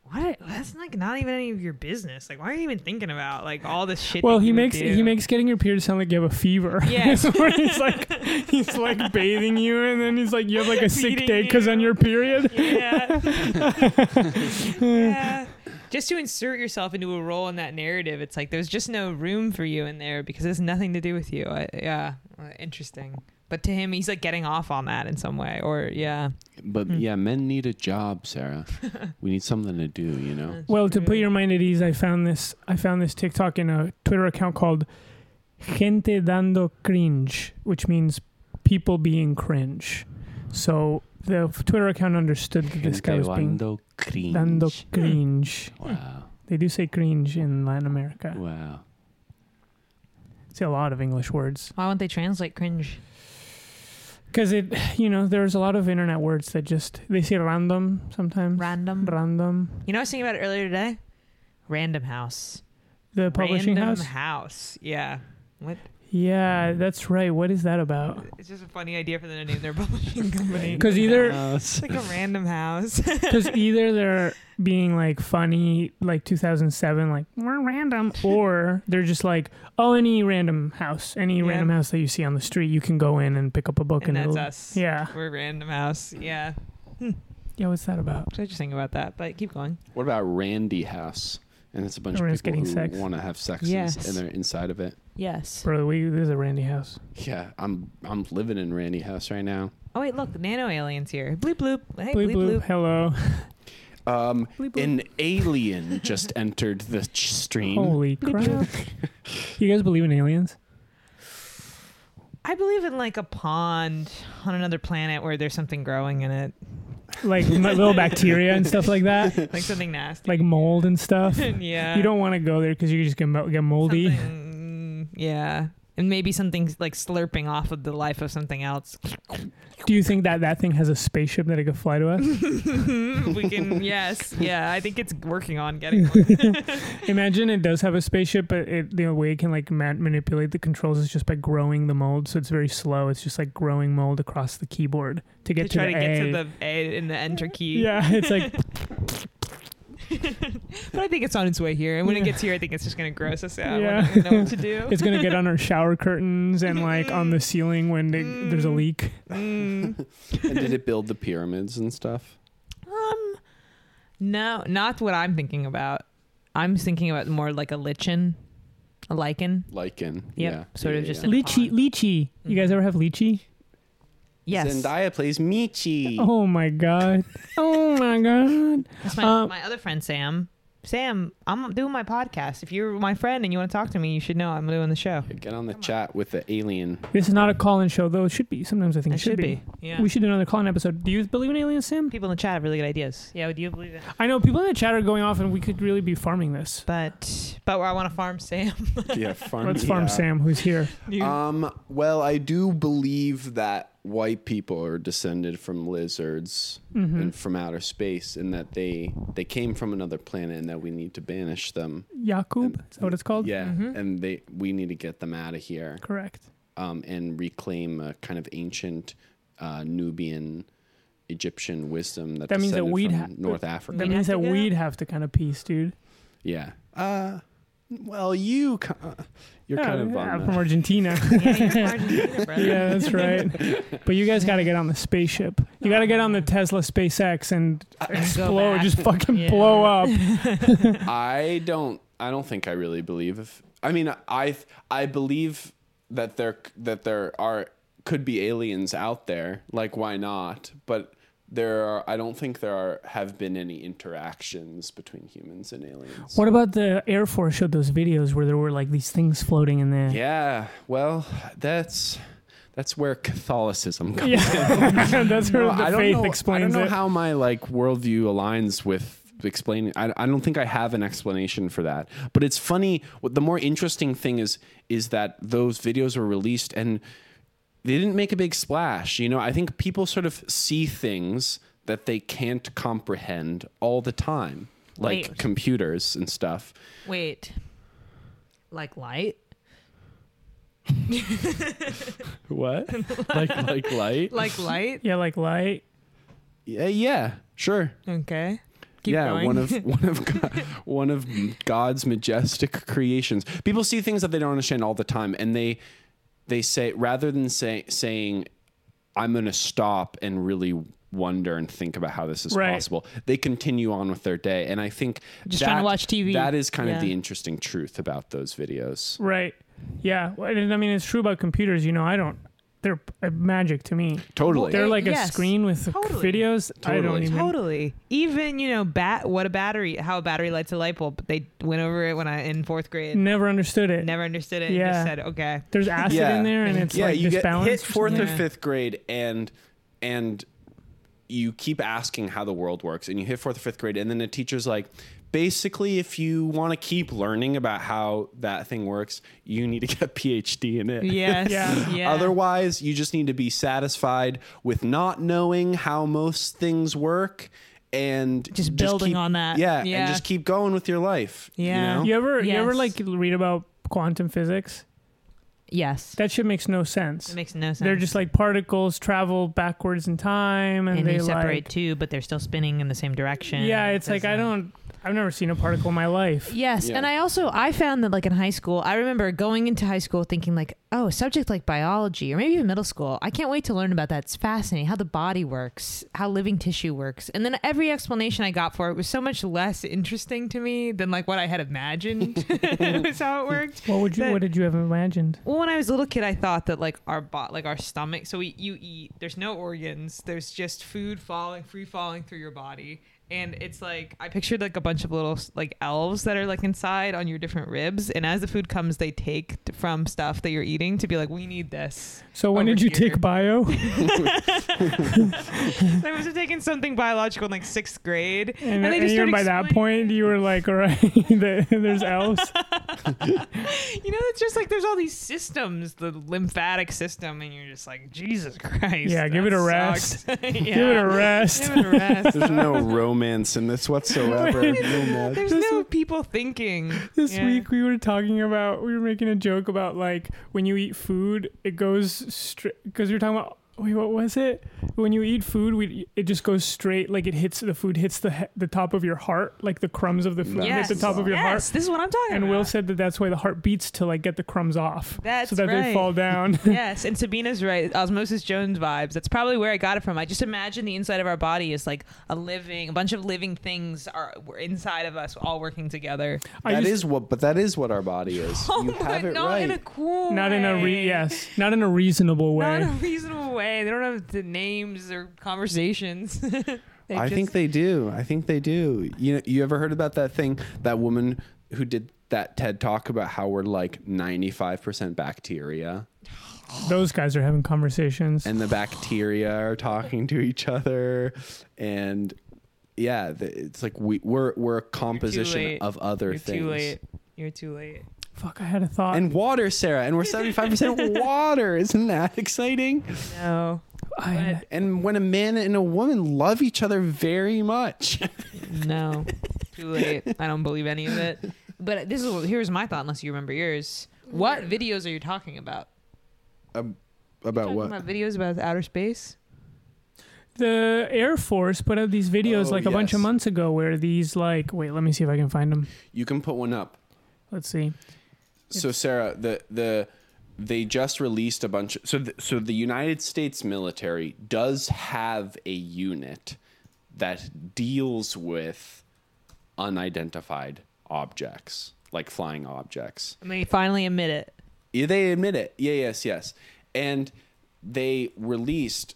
S5: what? That's like not even any of your business. Like, why are you even thinking about like all this shit?
S4: Well,
S5: that
S4: he
S5: you would
S4: makes
S5: do?
S4: he makes getting your period sound like you have a fever.
S5: Yes.
S4: Where he's like he's like bathing you, and then he's like you have like a sick
S5: Feeding
S4: day because
S5: you.
S4: on your period.
S5: yeah. yeah. Just to insert yourself into a role in that narrative, it's like there's just no room for you in there because it has nothing to do with you. I, yeah, Uh, interesting. But to him, he's like getting off on that in some way, or yeah,
S1: But yeah, men need a job, Sarah. we need something to do, you know.
S4: Well, to put your mind at ease, I found this I found this TikTok in a Twitter account called Gente dando cringe, which means people being cringe. So the Twitter account understood that this guy was being
S1: Dando cringe.
S4: dando cringe.
S1: Wow.
S4: They do say cringe in Latin America.
S1: Wow.
S4: It's a lot of English words.
S5: why won't they translate cringe?
S4: Because it, you know, there's a lot of internet words that just they say random sometimes.
S5: Random.
S4: Random.
S5: You know, I was thinking about it earlier today. Random House.
S4: The publishing
S5: Random
S4: house.
S5: House. Yeah. What?
S4: Yeah, that's right. What is that about?
S5: It's just a funny idea for them to name their publishing company.
S4: Because either,
S5: It's like a random house.
S4: because either they're being like funny, like 2007, like we're random, or they're just like, oh, any random house, any
S5: Yeah.
S4: random house that you see on the street, you can go in and pick up a book
S5: and
S4: and,
S5: that's
S4: it'll.
S5: us.
S4: Yeah.
S5: We're Random House. Yeah.
S4: Yeah, what's that about?
S5: So I just think about that, but keep going.
S1: What about Randy House? And it's a bunch
S4: Everyone's
S1: of people
S4: getting
S1: who
S4: sex.
S1: want to have sex
S5: Yes.
S1: and they're inside of it.
S5: Yes.
S4: Bro, we this is a Randy house.
S1: Yeah, I'm I'm living in Randy House right now.
S5: Oh wait, look, the nano aliens here. Bleep bloop. Hey,
S4: Bleep
S5: bleep
S4: bloop.
S5: bloop.
S4: Hello.
S1: Um,
S5: Bleep, bloop.
S1: an alien just entered the ch- stream.
S4: Holy crap! you guys believe in aliens?
S5: I believe in like a pond on another planet where there's something growing in it,
S4: like m- little bacteria and stuff like that,
S5: like something nasty.
S4: like mold and stuff.
S5: yeah.
S4: You don't want to go there because you just get mo- get moldy.
S5: Something- Yeah. And maybe something's like slurping off of the life of something else.
S4: Do you think that that thing has a spaceship that it could fly to us?
S5: we can, yes, yeah. I think it's working on getting. One.
S4: Imagine it does have a spaceship, but it, the way it can like ma- manipulate the controls is just by growing the mold. So it's very slow. It's just like growing mold across the keyboard
S5: to
S4: to get to,
S5: try
S4: the
S5: to get
S4: A.
S5: to the A in the enter key.
S4: yeah, it's like
S5: But I think it's on its way here, and when it gets here, I think it's just gonna gross us out. Yeah. We're
S4: Yeah.
S5: not gonna know what to do.
S4: it's gonna get on our shower curtains and like on the ceiling when they, there's a leak.
S5: Mm.
S1: and did it build the pyramids and stuff?
S5: Um, no, not what I'm thinking about. I'm thinking about more like a lichen, a lichen.
S1: Lichen.
S5: Yep,
S1: Yeah.
S5: sort
S1: yeah,
S5: of just
S1: yeah.
S5: in-
S4: Lychee, lychee. You guys ever have lychee?
S5: Yes,
S1: Zendaya plays Michi.
S4: Oh my god. Oh my god.
S5: that's my
S4: um,
S5: my other friend Sam. Sam, I'm doing my podcast. If you're my friend and you want to talk to me, you should know I'm doing the show.
S1: Get on the chat with the alien.
S4: This is not a call-in show, though. It should be. Sometimes I think
S5: It
S4: it should, be.
S5: Yeah.
S4: We should do another call-in episode. Do you believe in aliens, Sam?
S5: People in the chat have really good ideas. Yeah, do you believe it?
S4: I know people in the chat are going off, and we could really be farming this.
S5: But but where I want to farm Sam.
S1: Yeah, farm.
S4: Let's farm Sam, who's here.
S1: Um, well, I do believe that white people are descended from lizards
S5: Mm-hmm.
S1: and from outer space, and that they they came from another planet, and that we need to banish them.
S4: Yakub. Is that what it's called?
S1: Yeah,
S5: mm-hmm.
S1: and they we need to get them out of here
S4: Correct.
S1: um, and reclaim a kind of ancient uh, Nubian Egyptian wisdom that,
S4: That means that
S1: descended
S4: we'd
S1: from
S4: ha-
S1: North Africa.
S4: That means
S5: have
S4: that
S5: to go.
S4: we'd have to kind of piece, dude.
S1: yeah. Uh, well, you ki- uh, you're
S4: Yeah,
S1: kind of on
S4: yeah,
S1: the-
S4: from Argentina. yeah, that's right. But you guys got to get on the spaceship. You got to get on the Tesla SpaceX and explode,
S9: back.
S4: just fucking
S9: Yeah.
S4: blow up.
S1: I don't. I don't think I really believe. If I mean, I I believe that there that there are could be aliens out there. Like, why not? But there are. I don't think there are have been any interactions between humans and aliens.
S4: What about the Air Force showed those videos where there were like these things floating in the
S1: Yeah. Well, that's that's where Catholicism comes.
S4: Yeah, that's where
S1: No,
S4: the
S1: I don't
S4: faith
S1: know,
S4: explains
S1: I don't know
S4: it.
S1: how my like worldview aligns with explaining. I, I don't think I have an explanation for that. But it's funny. What the more interesting thing is is that those videos were released and they didn't make a big splash. You know, I think people sort of see things that they can't comprehend all the time, like
S9: Wait.
S1: computers and stuff.
S9: Wait, like light?
S1: What? like like light?
S5: like light.
S4: yeah, like light.
S1: Yeah, yeah, sure.
S5: Okay. Keep
S1: yeah,
S5: going.
S1: one of one of God, one of God's majestic creations. People see things that they don't understand all the time, and they they say rather than say, saying, "I'm going to stop and really wonder and think about how this is
S4: Right.
S1: possible," they continue on with their day. And I think
S5: Just trying to watch TV.
S1: That is kind
S5: Yeah.
S1: of the interesting truth about those videos.
S4: Right. Yeah. Well, and I mean, it's true about computers. You know, I don't. They're uh, magic to me.
S1: Totally.
S4: They're like
S5: Yes.
S4: a screen with
S5: Totally.
S4: videos. I don't
S1: Totally.
S4: even.
S5: Totally. Even you know, bat. What a battery! How a battery lights a light bulb. But they went over it when I in fourth grade.
S4: Never understood it.
S5: Never understood it. and
S4: Mm. Yeah.
S5: just said okay.
S4: There's acid
S1: Yeah.
S4: in there, and it's
S1: yeah,
S4: like
S1: you get
S4: disbalanced.
S1: hit fourth or
S5: Yeah.
S1: fifth grade, and and you keep asking how the world works, and you hit fourth or fifth grade, and then the teacher's like, basically, if you want to keep learning about how that thing works, you need to get a PhD in it.
S5: Yes.
S4: Yeah.
S5: yeah.
S1: Otherwise, you just need to be satisfied with not knowing how most things work. And
S5: Just building
S1: keep-
S5: on that.
S1: yeah,
S5: Yeah.
S1: and just keep going with your life. you
S5: Yeah.
S1: know?
S4: You ever you ever
S5: Yes.
S4: like read about quantum physics?
S5: Yes.
S4: That shit makes no sense.
S9: It makes no sense.
S4: They're just like particles travel backwards in time, and,
S9: and they, separate
S4: like
S9: too, but they're still spinning in the same direction.
S4: yeah. It's like I don't. I've never seen a particle in my life.
S9: Yes,
S1: Yeah.
S9: and I also I found that like in high school, I remember going into high school thinking like, oh, a subject like biology or maybe even middle school. I can't wait to learn about that. It's fascinating how the body works, how living tissue works. And then every explanation I got for it was so much less interesting to me than like what I had imagined was how it worked.
S4: What would you?
S5: That-
S4: what did you have imagined?
S5: Well, when I was a little kid, I thought that like our bot, like our stomach. So we, you eat. There's no organs. There's just food falling, free falling through your body, and it's like I pictured like a bunch of little like elves that are like inside on your different ribs, and as the food comes, they take from stuff that you're eating to be like, we need this.
S4: So when
S5: Over
S4: did you
S5: here.
S4: take bio?
S5: I was taking something biological in like sixth grade,
S4: And,
S5: they
S4: and
S5: just
S4: even
S5: start
S4: by that
S5: explaining-
S4: point, you were like, all right, the- there's elves.
S5: you know, it's just like there's all these systems, the lymphatic system, and you're just like, Jesus Christ.
S4: Yeah, give
S5: that
S4: it a
S5: sucks."
S4: Give it
S5: Yeah.
S4: a rest.
S5: Give it a rest.
S1: There's no romance in this whatsoever. No magic.
S5: There's
S4: This
S5: no people thinking.
S4: This
S5: Yeah.
S4: week we were talking about we were making a joke about like when you eat food it goes straight because we were talking about wait what was it when you eat food we it just goes straight like it hits the food hits the he- the top of your heart like the crumbs of the food
S5: Yes.
S4: hit the top of your
S5: yes,
S4: heart
S5: this is what I'm talking
S4: and
S5: about.
S4: Will said that that's why the heart beats to like get the crumbs off
S5: That's
S4: so that
S5: right.
S4: they fall down
S5: yes, and Sabina's right. Osmosis Jones vibes. That's probably where I got it from. I just imagine the inside of our body is like a living, a bunch of living things are were inside of us, all working together. Oh,
S4: I
S1: That is
S4: just-
S1: what, but that is what our body is. you
S5: but
S1: have it
S5: not
S1: right.
S5: in a cool,
S4: not in a re-
S5: way.
S4: yes not in a reasonable way
S5: not in a reasonable way. They don't have the names or conversations. they They
S1: I
S5: just-
S1: think they do. I think they do. You know, you ever heard about that thing? That woman who did that TED talk about how we're like 95% bacteria
S4: Those guys are having conversations.
S1: and the bacteria are talking to each other and yeah, the, it's like we we're we're a composition
S5: late.
S1: of other
S5: You're
S1: things.
S5: too late. You're too late.
S4: Fuck, I had a thought.
S1: And water, Sarah, and we're 75% water. Isn't that exciting?
S5: No.
S4: I,
S1: And when a man and a woman love each other very much.
S5: No. Too late. I don't believe any of it. But this is here's my thought unless you remember yours. What videos are you talking about?
S1: About
S5: Talking about videos about outer space?
S4: the Air Force put out these videos
S1: Oh,
S4: like a bunch of
S1: yes.
S4: months ago where these like wait, let me see if I can find them.
S1: You can put one up.
S4: Let's see.
S1: so Sarah, the the they just released a bunch. so th- so the United States military does have a unit that deals with unidentified objects, like flying objects.
S5: I mean, you finally admit it.
S1: Yeah, they admit it. Yeah, yes, yes. And they released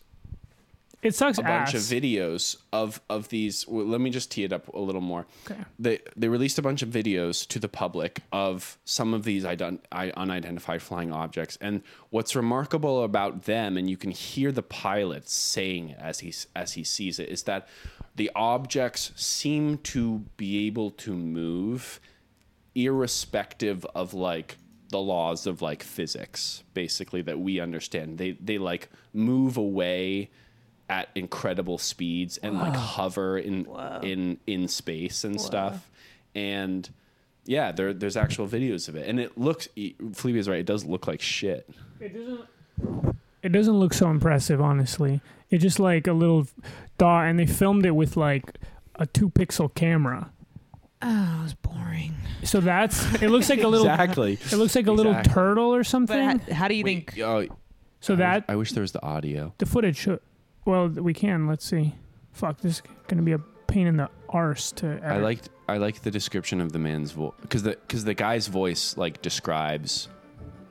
S4: It sucks
S1: a
S4: ass.
S1: bunch of videos of of these. Well, let me just tee it up a little more.
S4: Okay.
S1: They they released a bunch of videos to the public of some of these ident- I- unidentified flying objects, and what's remarkable about them, and you can hear the pilot saying it as he s- as he sees it, is that the objects seem to be able to move, irrespective of like the laws of like physics basically that we understand they they like move away at incredible speeds and like hover in in in space and stuff and yeah there there's actual videos of it and it looks Fleabag is right it does look like shit
S4: It doesn't. It doesn't look so impressive, honestly. It's just like a little dot, and they filmed it with like a two pixel camera.
S5: Oh, it was boring.
S4: So that's it. Looks like a little.
S1: exactly
S4: It looks like a little
S1: Exactly.
S4: turtle or
S5: But
S4: something.
S5: ho- how do you think?
S4: so that
S1: uh, I wish there was the audio
S4: the footage should. Well, we can. Let's see. Fuck, this is gonna be a pain in the arse to. Edit.
S1: I liked I liked the description of the man's voice because the because the guy's voice like describes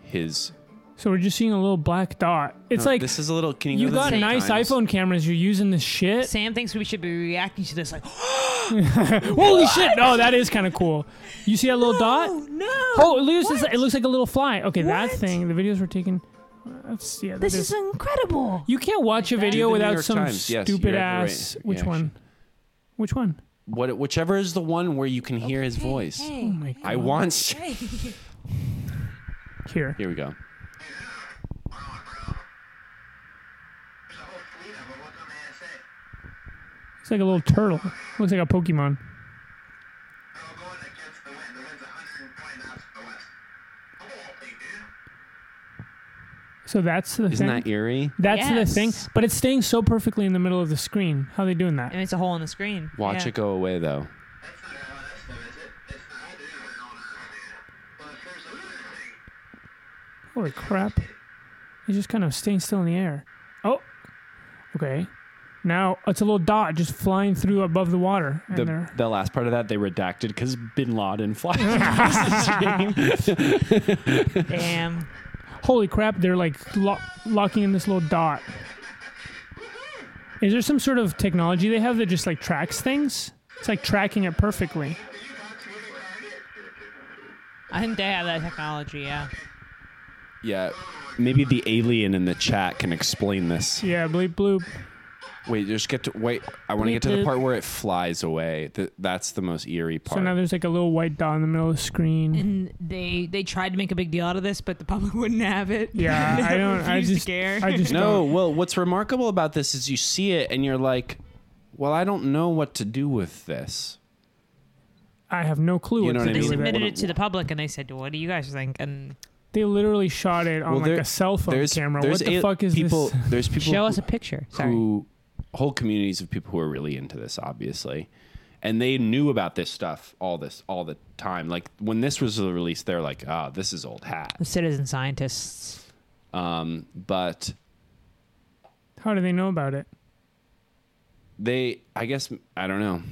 S1: his.
S4: So we're just seeing a little black dot. It's
S1: No,
S4: like
S1: this is a little. Can you?
S4: you
S1: go to
S4: got
S1: the
S4: nice
S1: times?
S4: iPhone cameras. You're using this shit.
S5: Sam thinks we should be reacting to this like,
S4: Holy shit! No, that is kind of cool. You see that little dot?
S5: oh no.
S4: Oh, it looks, it looks like a little fly. Okay, that thing. The videos were taken. That's yeah. that
S3: This is
S4: is-
S3: incredible.
S4: You can't watch a
S5: Do
S4: video
S1: the New
S4: without
S1: York
S4: some
S1: Times. Yes,
S4: stupid
S1: you're right.
S4: ass. Which
S1: Yeah,
S4: one? Which one?
S1: What, whichever is the one where you can hear his voice.
S4: Oh my god.
S1: I want.
S4: here.
S1: Here we go.
S4: It's like a little turtle. Looks like a Pokemon. So that's the
S1: Isn't
S4: thing.
S1: that eerie?
S4: that's the thing.
S5: Yes.
S4: But it's staying so perfectly in the middle of the screen. How are they doing that?
S5: And it's a hole in the screen.
S1: Watch
S5: Yeah.
S1: it go away though.
S4: Holy crap. It's just kind of staying still in the air. Oh. Okay. Now it's a little dot just flying through above the water. And
S1: The,
S4: they're
S1: the last part of that they redacted because Bin Laden flies across the screen.
S5: Damn.
S4: holy crap, they're like lo- locking in this little dot. Is there some sort of technology they have that just like tracks things? It's like tracking it perfectly.
S5: I think they have that technology. Yeah.
S1: Yeah, maybe the alien in the chat can explain this.
S4: Yeah, bleep bloop.
S1: Wait, just get to wait. I want to get to the part where it flies away. Th- that's the most eerie
S4: So
S1: part.
S4: now there's like a little white dot in the middle of the screen.
S5: And they they tried to make a big deal out of this, but the public wouldn't have it.
S4: Yeah, I don't. I
S5: refuse to
S4: just.
S5: care.
S4: I just
S1: No,
S4: Don't.
S1: well, what's remarkable about this is you see it and you're like, well, I don't know what to do with this.
S4: I have no clue.
S1: You
S4: what
S1: know
S4: to
S1: what
S4: do
S1: I
S5: They
S1: mean?
S4: with
S5: submitted
S4: it.
S5: it to the public, and they said, "What do you guys think?" And
S4: They literally shot it on
S1: Well, there-
S4: like a cell phone
S1: There's
S4: camera. What the
S1: a-
S4: fuck is
S1: people,
S4: this?
S1: There's people
S5: show
S1: who,
S5: us a picture. Sorry.
S1: who whole communities of people who are really into this, obviously, and they knew about this stuff all this all the time. Like when this was released, they're like, ah, this is old hat.
S5: The citizen scientists.
S1: Um, but
S4: How do they know about it?
S1: they i guess i don't know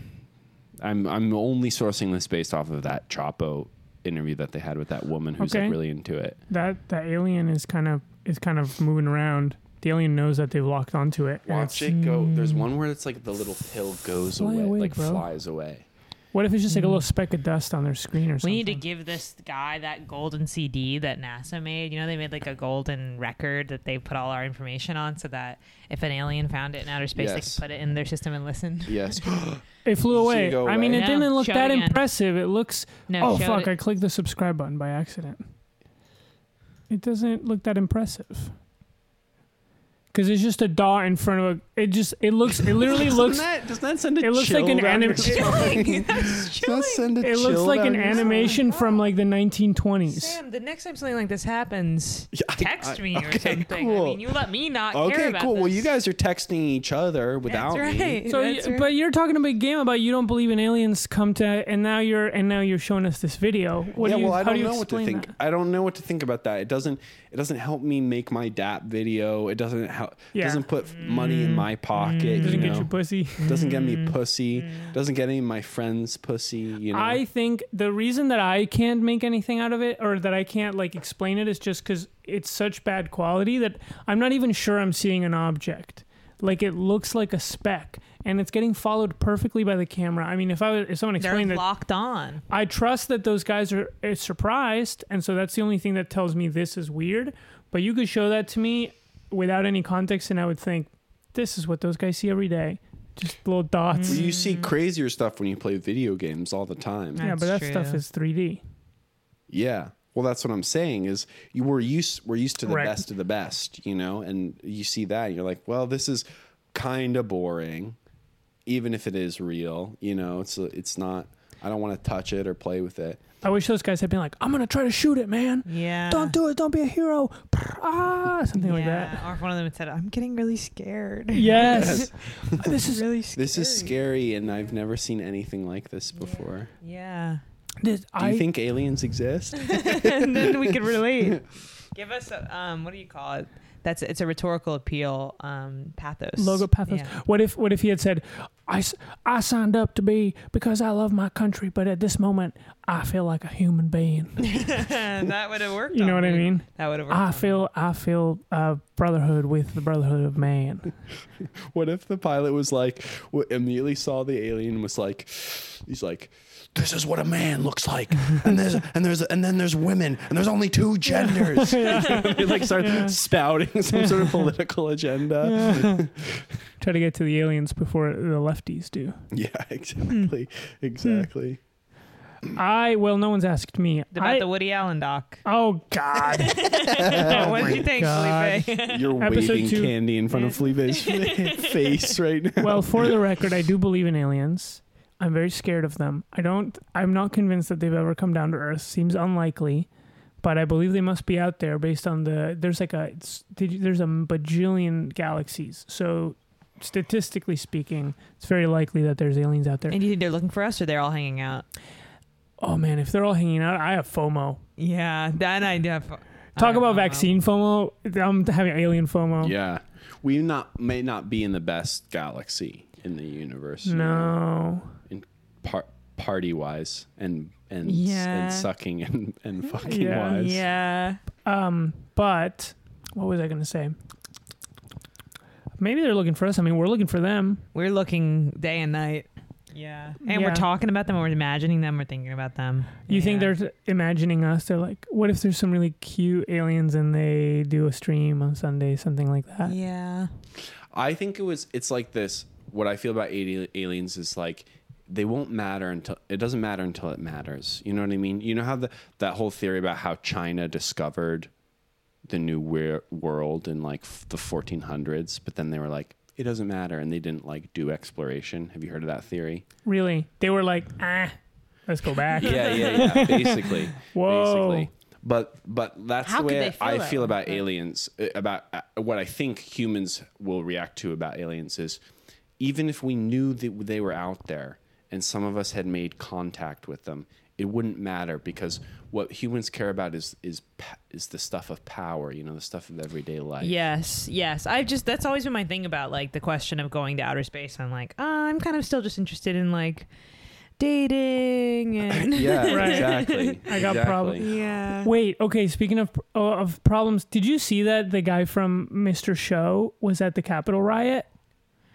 S1: i'm i'm only sourcing this based off of that chopo interview that they had with that woman who's
S4: Okay.
S1: like really into it
S4: That that alien is kind of is kind of moving around. The alien knows that they've locked onto it. and
S1: Watch
S4: it's-
S1: it go. There's one where it's like the little pill goes
S4: Fly
S1: away,
S4: away,
S1: like
S4: bro.
S1: flies away.
S4: What if it's just like a little speck of dust on their screen or something?
S9: We need to give this guy that golden CD that NASA made. You know, they made like a golden record that they put all our information on so that if an alien found it in outer space,
S1: Yes.
S9: they could put it in their system and listen.
S1: Yes.
S4: It flew
S1: You see it
S4: away.
S1: go
S4: I mean,
S1: away.
S4: it
S9: No,
S4: didn't look
S9: show it
S4: that
S9: again.
S4: impressive. It looks.
S9: No,
S4: oh
S9: showed
S4: fuck!
S9: it-
S4: I clicked the subscribe button by accident. It doesn't look that impressive. Cause it's just a dot in front of a. It just. It looks. It literally looks.
S2: that, does that send
S4: It looks like an anime. It looks like an animation from like the 1920s.
S9: Sam, the next time something like this happens,
S1: I-
S9: text me
S1: I-
S9: or
S1: okay,
S9: something. I
S1: cool.
S9: mean, you let me not care
S1: Okay,
S9: about
S1: cool. Well,
S9: this.
S1: you guys are texting each other
S9: That's
S1: without me.
S9: right.
S4: So,
S9: that's
S4: y-
S9: right.
S4: but you're talking a big game about you don't believe in aliens come to, and now you're and now you're showing us this video. What
S1: yeah,
S4: do you,
S1: well, I
S4: how do
S1: don't
S4: you
S1: know what to
S4: explain
S1: think.
S4: that?
S1: I don't know what to think about that. It doesn't. It doesn't help me make my DAP video. It doesn't. help.
S4: Yeah.
S1: Doesn't put money in
S4: Mm.
S1: my pocket.
S4: Doesn't
S1: you
S4: get
S1: know?
S4: you pussy.
S1: doesn't get me
S4: Mm.
S1: pussy. Doesn't get any of my friends pussy. You know.
S4: I think the reason that I can't make anything out of it or that I can't like explain it is just because it's such bad quality that I'm not even sure I'm seeing an object. Like it looks like a speck, and it's getting followed perfectly by the camera. I mean, if I was, if someone
S9: They're
S4: explained that,
S9: locked on.
S4: I trust that those guys are, are surprised, and so that's the only thing that tells me this is weird. But you could show that to me without any context, and I would think this is what those guys see every day, just little dots.
S1: Well, you
S4: Mm.
S1: see crazier stuff when you play video games all the time.
S4: Yeah, but that
S9: That's
S4: stuff
S9: true.
S4: is 3D.
S1: Yeah. Well, that's what I'm saying is you were used we're used to the
S4: Right.
S1: best of the best, you know, and you see that and you're like, well, this is kind of boring, even if it is real, you know. It's it's not. I don't want to touch it or play with it.
S4: I wish those guys had been like, I'm gonna try to shoot it, man.
S5: Yeah.
S4: Don't do it. Don't be a hero. Ah, something like that.
S5: Or if one of them had said, I'm getting really scared.
S4: Yes. this is
S5: really scary.
S1: This is scary, and I've never seen anything like this before.
S5: Yeah.
S4: this.
S1: Do you
S4: I
S1: think aliens exist?
S5: and then we could relate. Give us a, um, what do you call it? That's it's a rhetorical appeal. Um, pathos.
S4: logo pathos.
S5: Yeah.
S4: What if what if he had said, I, s- I signed up to be because I love my country, but at this moment I feel like a human being.
S5: that would have worked.
S4: You know
S5: on
S4: what I
S5: me.
S4: mean?
S5: That would have worked.
S4: I
S5: on me.
S4: feel I feel uh, brotherhood with the brotherhood of man.
S1: What if the pilot was like, w- immediately saw the alien and was like, he's like, this is what a man looks like, and there's and there's and then there's women, and there's only two genders. they like start spouting some sort of political agenda.
S4: Try to get to the aliens before the lefties do.
S1: Yeah, exactly, exactly.
S4: I well, no one's asked me.
S5: About
S4: I-
S5: the Woody Allen doc.
S4: oh God.
S5: what did you think,
S4: God.
S5: Felipe?
S1: You're
S4: Hmm. Episode
S1: waving
S4: two.
S1: candy in front of Fleave's face right now.
S4: well, for the record, I do believe in aliens. I'm very scared of them. I don't. I'm not convinced that they've ever come down to Earth. Seems unlikely, but I believe they must be out there based on the. There's like a. It's, did you- there's a bajillion galaxies. So, statistically speaking, it's very likely that there's aliens out there.
S5: And you think they're looking for us, or they're all hanging out?
S4: Oh man, if they're all hanging out, I have FOMO.
S5: Yeah, then I definitely
S4: Talk about vaccine FOMO. I'm having alien FOMO.
S1: Yeah, we not may not be in the best galaxy in the universe. you know,
S4: No.
S1: in par- party wise and and
S5: Yeah.
S1: and sucking and and fucking
S4: Yeah.
S1: wise.
S5: Yeah,
S4: Um, but what was I going to say? Maybe they're looking for us. I mean, we're looking for them.
S5: we're looking day and night. Yeah, and
S4: Yeah.
S5: we're talking about them, we're imagining them, we're thinking about them.
S4: You think
S5: Yeah.
S4: they're t- imagining us? They're like, what if there's some really cute aliens and they do a stream on Sunday, something like that?
S5: Yeah,
S1: I think it was. It's like this. What I feel about ali- aliens is like they won't matter until it doesn't matter until it matters. You know what I mean? You know how the that whole theory about how China discovered the new weir- world in like f- the 1400s, but then they were like, it doesn't matter, and they didn't like do exploration. Have you heard of that theory?
S4: Really? They were like, ah, let's go back.
S1: yeah, yeah, yeah. Basically,
S4: Whoa.
S1: basically. But but that's
S9: How
S1: the
S9: could
S1: way
S9: they feel
S1: I
S9: that
S1: feel
S9: way?
S1: about aliens. uh, About uh, what I think humans will react to about aliens is, even if we knew that they were out there and some of us had made contact with them, it wouldn't matter because what humans care about is is pa- is the stuff of power. You know, the stuff of everyday life.
S5: yes, yes. I've just that's always been my thing about like the question of going to outer space. I'm like, uh, I'm kind of still just interested in like
S2: dating and
S1: Yeah,
S4: Right.
S1: exactly.
S4: I got
S1: exactly.
S4: problems.
S2: yeah.
S4: Wait, okay. Speaking of uh, of problems, did you see that the guy from Mr. Show was at the Capitol riot?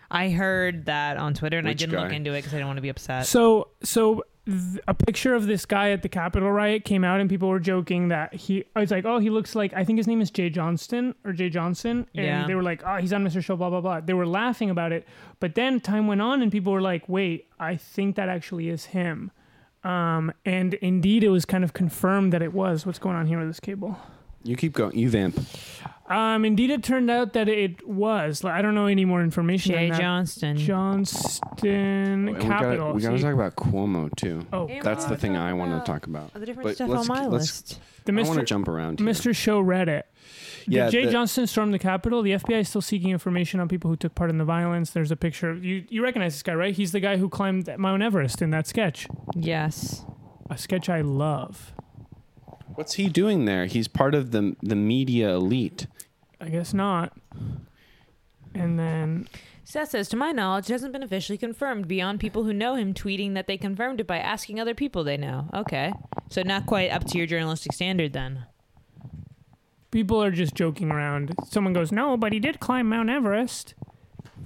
S5: I heard that on Twitter and I
S1: Which
S5: didn't look
S1: guy?
S5: into it because I didn't want to be upset.
S4: So, so th- a picture of this guy at the Capitol riot came out, and people were joking that he. I was like, oh, he looks like I think his name is Jay Johnston or Jay Johnson, and
S5: Yeah.
S4: they were like, oh, he's on Mr. Show, blah blah blah. They were laughing about it, but then time went on, and people were like, wait, I think that actually is him. Um, and indeed, it was kind of confirmed that it was. What's going on here with this cable?
S1: You keep going. You vamp.
S4: Um, indeed, it turned out that it was. Like, I don't know any more information.
S5: Jay
S4: than that.
S5: Johnston.
S4: Johnston
S1: And we
S4: Capital.
S1: gotta, we gotta
S4: See,
S1: talk about Cuomo too.
S4: oh,
S1: That's the thing I want to talk about.
S2: The different
S1: But
S2: stuff
S1: let's-
S2: on my
S1: let's-
S2: list.
S4: the
S1: I want
S4: Mr.
S1: to jump around. Here.
S4: Mr. Show Reddit. Did
S1: Yeah,
S4: Jay
S1: the-
S4: Johnston stormed the Capitol? The FBI is still seeking information on people who took part in the violence. There's a picture. You you recognize this guy, right? He's the guy who climbed Mount Everest in that sketch.
S5: yes.
S4: A sketch I love.
S1: What's he doing there? He's part of the the media elite.
S4: I guess not. And then
S5: Seth says, to my knowledge, it hasn't been officially confirmed beyond people who know him tweeting that they confirmed it by asking other people they know. Okay. So not quite up to your journalistic standard then.
S4: people are just joking around. Someone goes, "No, but he did climb Mount Everest."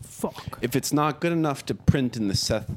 S4: Fuck.
S1: If it's not good enough to print in the Seth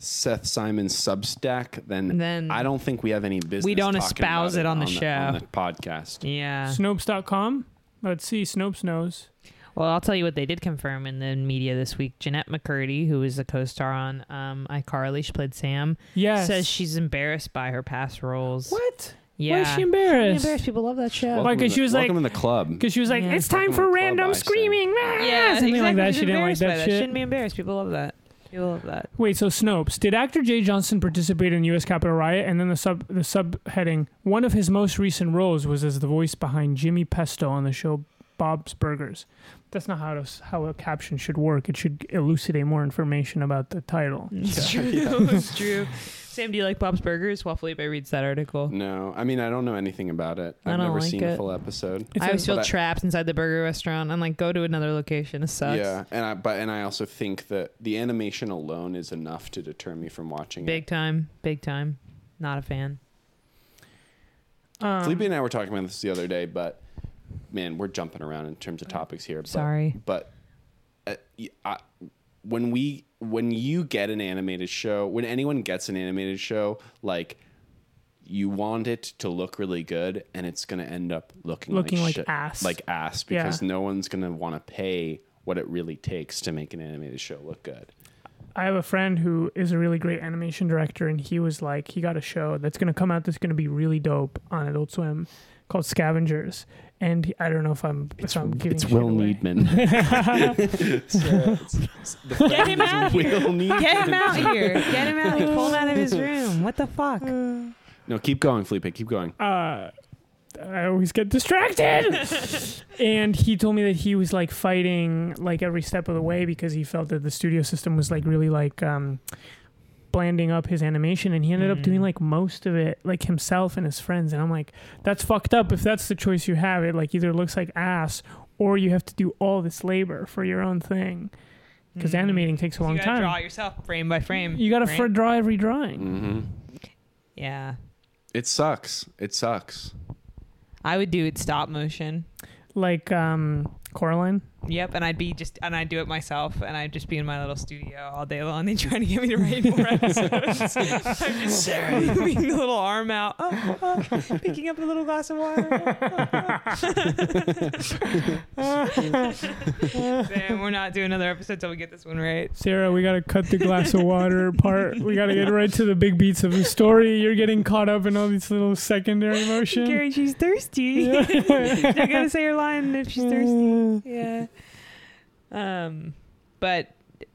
S1: Seth Simon Substack, then,
S5: Then-
S1: I don't think we have any business.
S5: We don't
S1: talking
S5: espouse
S1: about
S5: it on the
S1: on
S5: show.
S1: the podcast.
S5: Yeah.
S4: Snopes.com. Let's see. Snopes knows.
S5: Well, I'll tell you what they did confirm in the media this week. Jeanette McCurdy, who is the co-star on um, iCarly, she played Sam,
S4: Yes.
S5: says she's embarrassed by her past roles.
S4: What?
S5: Yeah.
S4: Why is she embarrassed?
S2: Embarrassed people love that show.
S1: Welcome
S4: because
S1: to
S4: she
S1: the-
S4: was like-
S1: welcome to the club.
S4: Because she was like,
S5: Yeah.
S4: "It's time
S1: Welcome
S4: for
S1: to the club,
S4: random
S1: I said.
S4: screaming." ah,"
S5: Yeah,
S4: something like
S5: exactly.
S4: that.
S5: She's
S4: She didn't like
S5: embarrassed by
S4: that shit.
S5: Shouldn't be embarrassed. People love that. People love that.
S4: Wait, so Snopes did actor Jay Johnson participate in U.S. Capitol riot? And then the sub the subheading: one of his most recent roles was as the voice behind Jimmy Pesto on the show Bob's Burgers. That's not how to, how a caption should work. It should elucidate more information about the title.
S5: It's true. it's true. Sam, do you like Bob's Burgers? While Felipe reads that article,
S1: No, I mean I don't know anything about it.
S5: Oh. I
S1: I've
S5: don't
S1: never
S5: like
S1: seen
S5: it.
S1: a full episode.
S4: It's
S5: I always
S4: a-
S5: feel
S1: but I-
S5: trapped inside the burger restaurant. I'm like, go to another location. This sucks.
S1: Yeah, and I but and I also think that the animation alone is enough to deter me from watching
S5: Big time. Big time. Not a fan.
S1: it.
S4: Um,
S1: Felipe and I were talking about this the other day, but man, we're jumping around in terms of topics here. But,
S5: Sorry.
S1: but uh, y- I- when we when you get an animated show, when anyone gets an animated show, like you want it to look really good, and it's gonna end up looking
S4: Looking like
S1: shit-
S4: ass.
S1: like ass,
S4: Yeah.
S1: because no one's gonna want to pay what it really takes to make an animated show look good.
S4: I have a friend who is a really great animation director, and he was like, he got a show that's going to come out that's going to be really dope on Adult Swim called Scavengers. And he- I don't know if I'm, if I'm giving
S1: it's
S4: shit
S1: Will
S4: away.
S1: Needman.
S5: Get him out.
S1: Will Needman.
S5: Get him out here. Get him out. Pull him out of his room. What the fuck?
S1: No, keep going, Felipe. Keep going.
S4: uh, I always get distracted. and he told me that he was like fighting like every step of the way because he felt that the studio system was like really like um, blanding up his animation, and he ended up
S5: Mm.
S4: doing like most of it like himself and his friends. And I'm like, that's fucked up. If that's the choice you have, it like either looks like ass or you have to do all this labor for your own thing because animating takes a long
S5: Mm. you gotta
S4: time.
S5: draw yourself frame by frame.
S4: you got to
S5: right?
S4: fr- draw every drawing.
S1: Mm-hmm.
S5: Yeah.
S1: It sucks. It sucks.
S5: I would do it stop motion.
S4: Like um, Coraline.
S5: Yep, and I'd be just and I'd do it myself, and I'd just be in my little studio all day long. They trying to get me to write more episodes. I'm just moving the little arm out, oh, oh, picking up a little glass of water. Damn, we're not doing another episode till we get this one right.
S4: Sarah, we gotta cut the glass of water part. We gotta get right to the big beats of the story. You're getting caught up in all these little secondary emotions.
S5: Gary, she's thirsty.
S4: Yeah.
S5: She's not gonna say her line if she's thirsty. Yeah. Um, but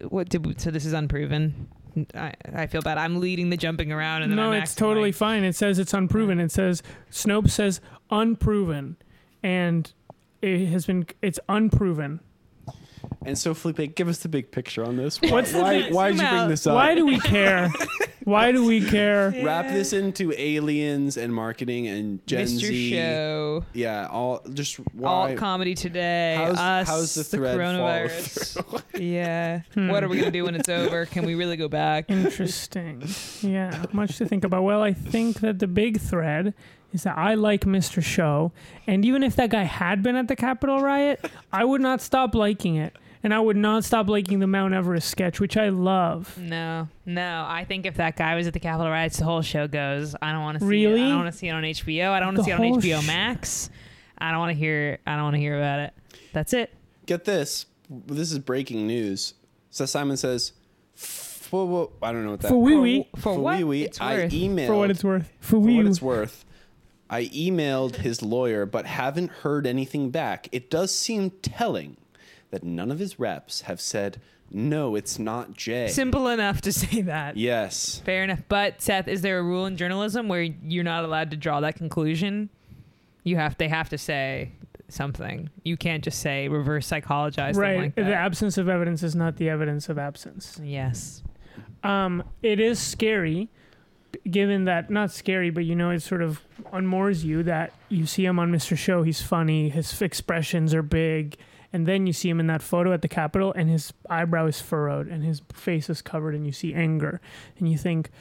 S5: what did we, so? This is unproven. I, I feel bad. I'm leading the jumping around, and then
S4: no,
S5: I'm
S4: it's
S5: acting
S4: totally
S5: like-
S4: fine. It says it's unproven. It says Snopes says unproven, and it has been it's unproven.
S1: And so, Felipe, give us the big picture on this. Why,
S4: What's the
S1: why,
S5: big-
S1: why'd
S5: zoom
S1: you
S5: out.
S1: bring this up?
S4: Why do we care? Why do we care?
S1: Wrap this into aliens and marketing and Gen
S10: Mr.
S1: Z.
S10: Show.
S1: Yeah, all just
S10: All
S1: why?
S10: comedy today.
S1: How's-
S10: us.
S1: how's the
S10: the,
S1: thread follow
S10: coronavirus. yeah.
S4: Hmm.
S10: What are we gonna do when it's over? Can we really go back?
S4: Interesting. Yeah, much to think about. Well, I think that the big thread is that I like Mr. Show, and even if that guy had been at the Capitol riot, I would not stop liking it. And I would not stop liking the Mount Everest sketch, which I love.
S5: No, no. I think if that guy was at the Capitol riots, the whole show goes. I don't want to see
S4: Really?
S5: it. I don't want to see it on HBO. I don't want
S4: The
S5: to see it on
S4: whole
S5: HBO
S4: sh-
S5: Max. I don't want to hear. I don't want to hear about it. That's it.
S1: Get this. This is breaking news. So Simon says, for what, I don't know what that
S4: For wee wee,
S10: For what
S1: wee wee,
S10: it's
S1: I
S10: worth.
S1: emailed
S4: for what it's worth. For
S1: for
S4: wee
S1: what
S4: wee.
S1: it's worth. I emailed his lawyer, but haven't heard anything back. It does seem telling that none of his reps have said, no, it's not Jay.
S5: Simple enough to say that.
S1: yes.
S5: Fair enough. But Seth, is there a rule in journalism where you're not allowed to draw that conclusion? You have. They have to say something. You can't just say reverse psychologize.
S4: Right.
S5: Right. Like
S4: The
S5: that.
S4: absence of evidence is not the evidence of absence.
S5: yes.
S4: Um, it is scary, given that not scary, but you know, it sort of unmoors you that you see him on Mr. Show. He's funny. His expressions are big, and then you see him in that photo at the Capitol, and his eyebrow is furrowed, and his face is covered, and you see anger, and you think,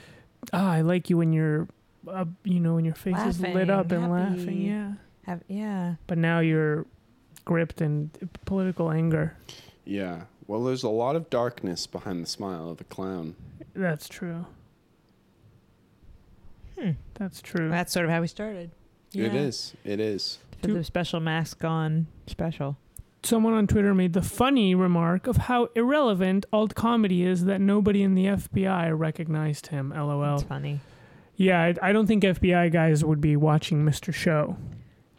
S4: "Ah, I like you when you're, uh, you know, when your face is lit
S10: Laughing,
S4: up and laughing."
S10: happy.
S4: Yeah,
S10: Have, yeah.
S4: but now you're gripped in political anger.
S1: Yeah. Well, there's a lot of darkness behind the smile of a clown.
S4: That's true.
S5: Hmm.
S4: That's true.
S10: That's sort of how we started.
S1: It is. It is.
S5: For the special mask on special.
S4: someone on Twitter made the funny remark of how irrelevant alt comedy is that nobody in the FBI recognized him.
S5: It's
S4: LOL.
S5: funny.
S4: Yeah, I, I don't think FBI guys would be watching Mr. Show,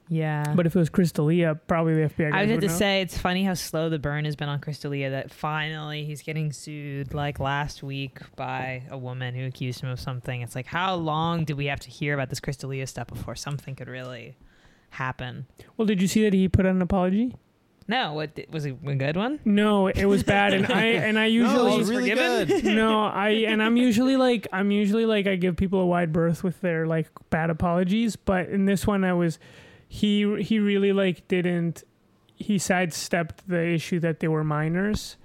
S5: Yeah.
S4: but if it was Chris D'Elia, probably the FBI guys
S5: I would have
S4: would
S5: to
S4: know.
S5: say it's funny how slow the burn has been on Crystalia that finally he's getting sued like last week by a woman who accused him of something. It's like how long did we have to hear about this Crystalia stuff before something could really happen?
S4: Well, did you see that he put out an apology?
S5: No, what was it a good one?
S4: No, it was bad, and I and I
S1: No,
S4: usually
S1: it's really
S5: forgiven?
S1: good.
S4: no, I and I'm usually like I'm usually like I give people a wide berth with their like bad apologies, but in this one I was he he really like didn't he sidestepped the issue that they were minors.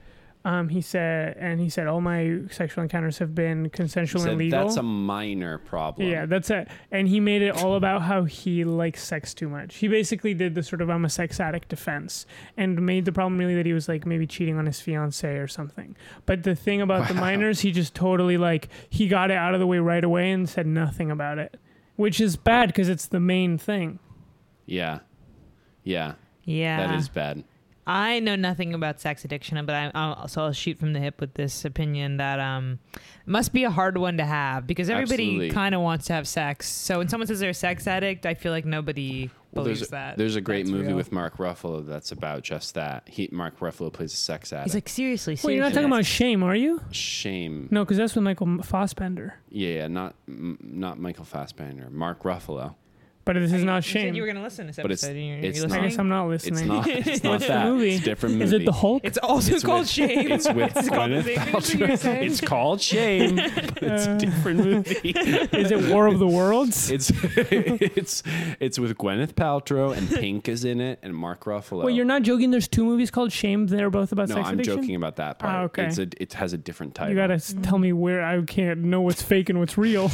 S4: Um, he said and he said all my sexual encounters have been consensual
S1: Said,
S4: and legal.
S1: That's a minor problem.
S4: yeah, that's it. And he made it all about how he likes sex too much. He basically did the sort of I'm a sex addict defense and made the problem really that he was like maybe cheating on his fiance or something. But the thing about the minors, he just totally like he got it out of the way right away and said nothing about it, which is bad because it's the main thing.
S1: Yeah. Yeah.
S5: Yeah,
S1: That is bad.
S5: I know nothing about sex addiction, but I, I'll, so I'll shoot from the hip with this opinion that um must be a hard one to have because everybody
S1: Absolutely.
S5: kind of wants to have sex. So when someone says they're a sex addict, I feel like nobody
S1: Well,
S5: believes
S1: there's, a,
S5: that.
S1: there's a great
S5: that's
S1: movie
S5: real.
S1: with Mark Ruffalo that's about just that. He, Mark Ruffalo plays a sex addict.
S5: He's like seriously.
S4: Well, you're not talking about shame, are you?
S1: Shame.
S4: No, because that's with Michael Fossbender.
S1: Yeah, yeah, not m- not Michael Fassbender. Mark Ruffalo.
S4: But this is not
S5: You
S4: shame.
S5: said you were gonna listen to this
S1: But it's-
S5: episode. and you're,
S1: it's
S5: you're
S4: I
S5: listening.
S4: guess I'm not
S1: It's
S4: listening.
S1: not. It's not
S4: the
S1: that.
S4: movie?
S1: It's a different movie.
S4: Is it the Hulk?
S5: It's also
S1: It's
S5: called
S1: with-
S5: shame.
S1: It's with Gwyneth Paltrow. It's called Shame. But it's
S4: Uh.
S1: a different movie.
S4: is it War of the Worlds?
S1: It's it's it's with Gwyneth Paltrow and Pink is in it and Mark Ruffalo.
S4: Wait, you're not joking. There's two movies called Shame. They're both about
S1: no,
S4: sex
S1: I'm
S4: addiction.
S1: joking about that part.
S4: Ah, okay.
S1: It's a, it has a different title.
S4: You gotta s tell me where I can't know what's fake and what's real.